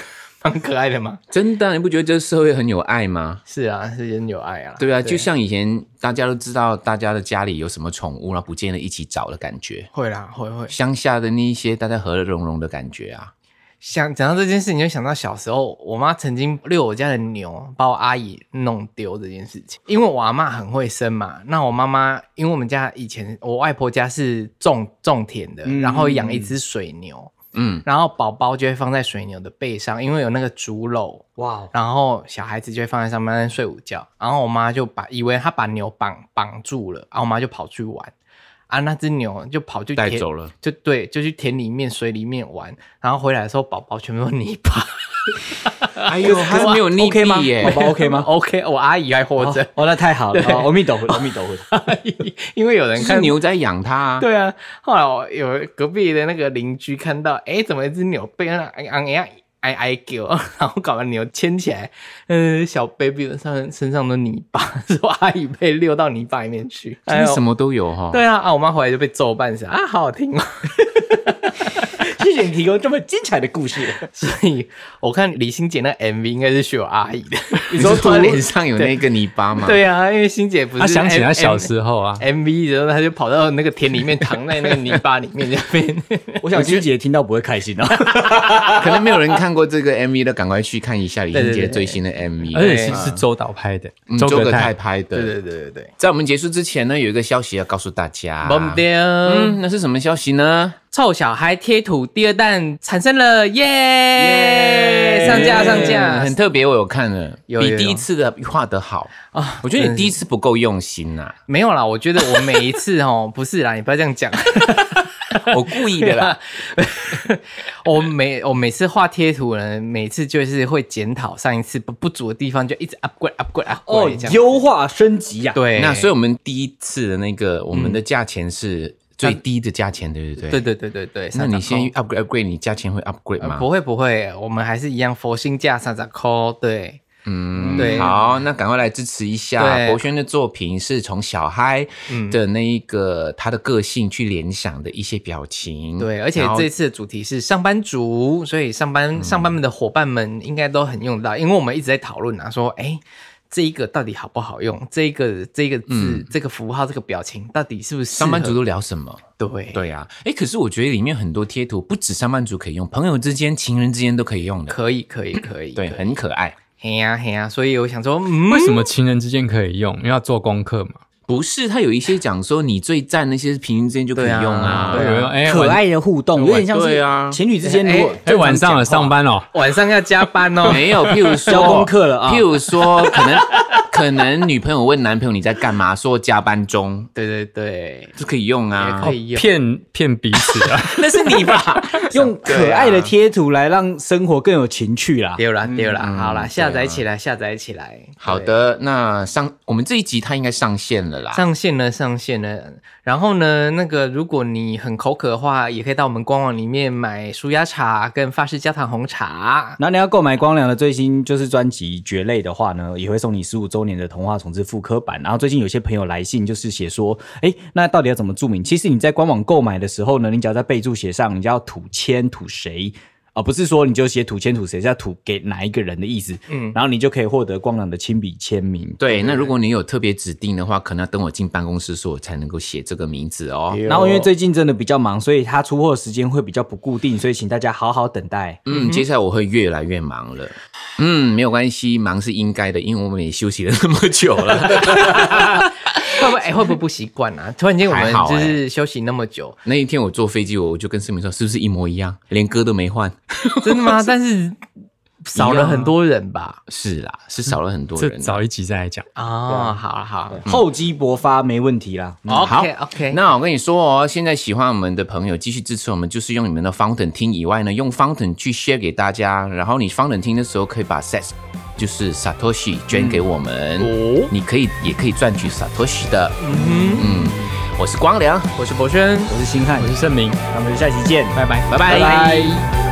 D: 蛮可爱的嘛。
B: 真的啊，你不觉得这社会很有爱吗？
D: 是啊，是很有爱啊。
B: 对啊，就像以前大家都知道大家的家里有什么宠物，然后不见了一起找的感觉，
D: 会啦，会会。
B: 乡下的那一些大家和乐融融的感觉啊。
D: 想讲到这件事情，就想到小时候我妈曾经遛我家的牛，把我阿姨弄丢这件事情。因为我阿妈很会生嘛，那我妈妈因为我们家以前我外婆家是种种田的，然后养一只水牛，
B: 嗯，
D: 然后宝宝就会放在水牛的背上，因为有那个竹篓，
C: 哇，
D: 然后小孩子就会放在上面睡午觉，然后我妈就把以为她把牛绑绑住了，然后我妈就跑去玩，啊，那只牛就跑去
B: 带
D: 田
B: 走了，
D: 就对，就去田里面、水里面玩，然后回来的时候，宝宝全部都泥巴。
B: 哎呦，还没有溺
C: OK 吗
B: 毙？
C: 宝
B: 耶，
C: [laughs] 宝 OK 吗？
D: [laughs] OK，我哦阿姨还活着，
C: 哦，那太好了，哦阿弥陀佛，阿弥陀佛。
D: [laughs] 因为有人
B: 是
D: 看。
B: 牛在养它 [laughs] 啊。
D: 对啊，后来我有隔壁的那个邻居看到，哎，怎么一只牛被那昂呀挨挨狗， [laughs] 然后搞把牛牵起来，呃，小 baby 的上身上的泥巴， [laughs] 说阿姨被溜到泥巴里面去，
B: 真
D: 哎
B: 的
D: 呦
B: 什？么都有
D: [laughs]
B: 哈。[laughs]
D: 对啊，啊，我妈回来就被揍半死啊，好好听哦。 [laughs]
C: 谢谢你提供这么精彩的故事。
D: 所以我看李心姐那 MV 应该是学我阿姨的，[laughs]
B: 你说
D: 涂
B: 他脸上有那个泥巴吗？，
D: 对啊，因为欣姐不是
E: 他想起
D: M-
E: 他小时候啊，
D: M- MV 的时候，她就跑到那个田里面，躺在那个泥巴里 [laughs] 面那边。
C: 我想金姐听到不会开心啊。
B: 可能没有人看过这个 MV 的，赶快去看一下李心
D: 对对
B: 洁
D: 对
B: 最新的
E: 而
B: MV。
E: 且是是周导拍的
B: 哎嗯，
E: 周
B: 格
E: 格
B: 泰
E: 泰。
B: 拍
D: 对
B: 的。
D: 对对对对。
B: 在我们结束之前呢，有一个消息要告诉大家。
D: [laughs] bomb d
B: 嗯，那是什么消息呢？
D: 啊臭小孩贴图第二弹产生了，耶！上架上
B: 嗯
D: 架，
B: 很特别，我有看了，
D: 有
B: 比
D: 有
B: 第一次的画的好
D: 啊
B: 啊。我觉得你第一次不够用心
D: [laughs]
B: 啊呐，
D: 没有啦，我觉得我每一次哦，不是啦，你不要这样 [laughs] 讲。
B: 我故意
D: [laughs]
B: 的啦。
D: 我每我每次画贴图呢，每次就是会检讨上一次不不足的地方，就一直 upgrade upgrade upgrade 这样。
C: 哦优化升级啊呀、
D: 对，嗯
B: 那所以我们第一次的那个，我们的价钱是最低的价钱，对不对？
D: 对。对对对对，
B: 那你先
D: 上涨后
B: upgrade upgrade，你价钱会 upgrade
D: 呃
B: 吗？
D: 不会不会，我们还是一样佛心价三十扣，对，
B: 嗯，
D: 对
B: 好，那赶快来支持一下
D: 对嗯
B: 博轩的作品，是从小嗨的那一个、他的个性去联想的一些表情。
D: 对，而且
B: 嗯然后嗯
D: 这次的主题是上班族，所以上班、上班们的伙伴们应该都很用得到，因为我们一直在讨论啊，说，哎，这一个到底好不好用？这一个这一个字、这个符号、这个表情，到底是不是
B: 嗯上班族
D: 适
B: 都聊什么？
D: 合对
B: 对啊，哎，可是我觉得里面很多贴图不止上班族可以用，朋友之间、情人之间都可以用的。
D: 可以可以可以，
B: 对，
D: 可以
B: 很可爱。
D: 嘿呀嘿呀，所以我想说，嗯，
E: 为什么情人之间可以用？因为要做功课嘛。
B: 不是，他有一些讲说你最赞那些平行之间就可以
D: 对啊
B: 用啊。
E: 我以为哎，
C: 可
E: 晚
C: 爱的互动，有点像
B: 对
C: 是
B: 啊
C: 情侣之间如果
D: 哎
E: 哎晚上
C: 班。
E: 了
C: [laughs]
E: 上班哦，
D: 晚上要加班
B: [laughs]
D: 哦？
B: 没有，譬如说
C: 交功课了啊
B: 譬如说，可能可能女朋友问男朋友你在干嘛，说加班中，
D: 对对对，
B: 就可以用啊。
D: 也可以用。
E: 骗骗彼此啊。
B: 那是你吧？
C: 用可爱的贴图来让生活更有情趣啦。
D: 丢啦丢啦，好啦，
B: 嗯
D: 下载
B: 对啊
D: 起来，下载起来。
B: 好
D: 对
B: 的，那上我们这一集它应该上线了啦。
D: 上线了，上线了。然后呢，那个如果你很口渴的话，也可以到我们官网里面买舒压茶跟法式焦糖
C: [laughs]
D: 红茶。
C: 然后你要购买光良的最新就是专辑《蕨类》的话呢，也会送你十五周年的童话重置复刻版。然后最近有些朋友来信，就是写说，哎，那到底要怎么注明？其实你在官网购买的时候呢，你只要在备注写上你要土签土谁。啊、不是说你就写土签土谁，是要土给哪一个人的意思，嗯，然后你就可以获得光良的亲笔签名。
B: 对，那如果你有特别指定的话，可能要等我进办公室说，我才能够写这个名字哦。
C: 然后因为最近真的比较忙，所以他出货时间会比较不固定，所以请大家好好等待。
B: 嗯，接下来我会越来越忙了。嗯，没有关系，忙是应该的，因为我们也休息了那么久 [laughs] 了。
D: 会不会哎、会不会不习惯啊？突然间我
B: 还
D: 们
B: 好
D: 就
B: 哎
D: 是休息那么久，
B: 那一天我坐飞机，我就跟市民说，是不是一模一样，连歌都没换？
D: 真的
B: [laughs]
D: 吗？但是少了很多人吧？
B: 是啦，是少了很多
E: 这
B: 人。
E: 早一集再来讲。
D: 啊，好啊好啊
C: 厚积薄发没问题啦。
B: 嗯好
D: OK OK，
B: 那我跟你说哦，现在喜欢我们的朋友继续支持我们，就是用你们的 Fountain 听以外呢，用 Fountain 去 share 给大家。然后你 Fountain 听的时候，可以把 Sets 就是 Satoshi 捐给我们，
D: 哦
B: 你可以也可以赚取 Satoshi 的。嗯嗯，我是光良，
D: 我是博轩。
C: 我是星汉
E: 我，是盛明。
C: 那我们下期见，
B: 拜拜
C: 拜拜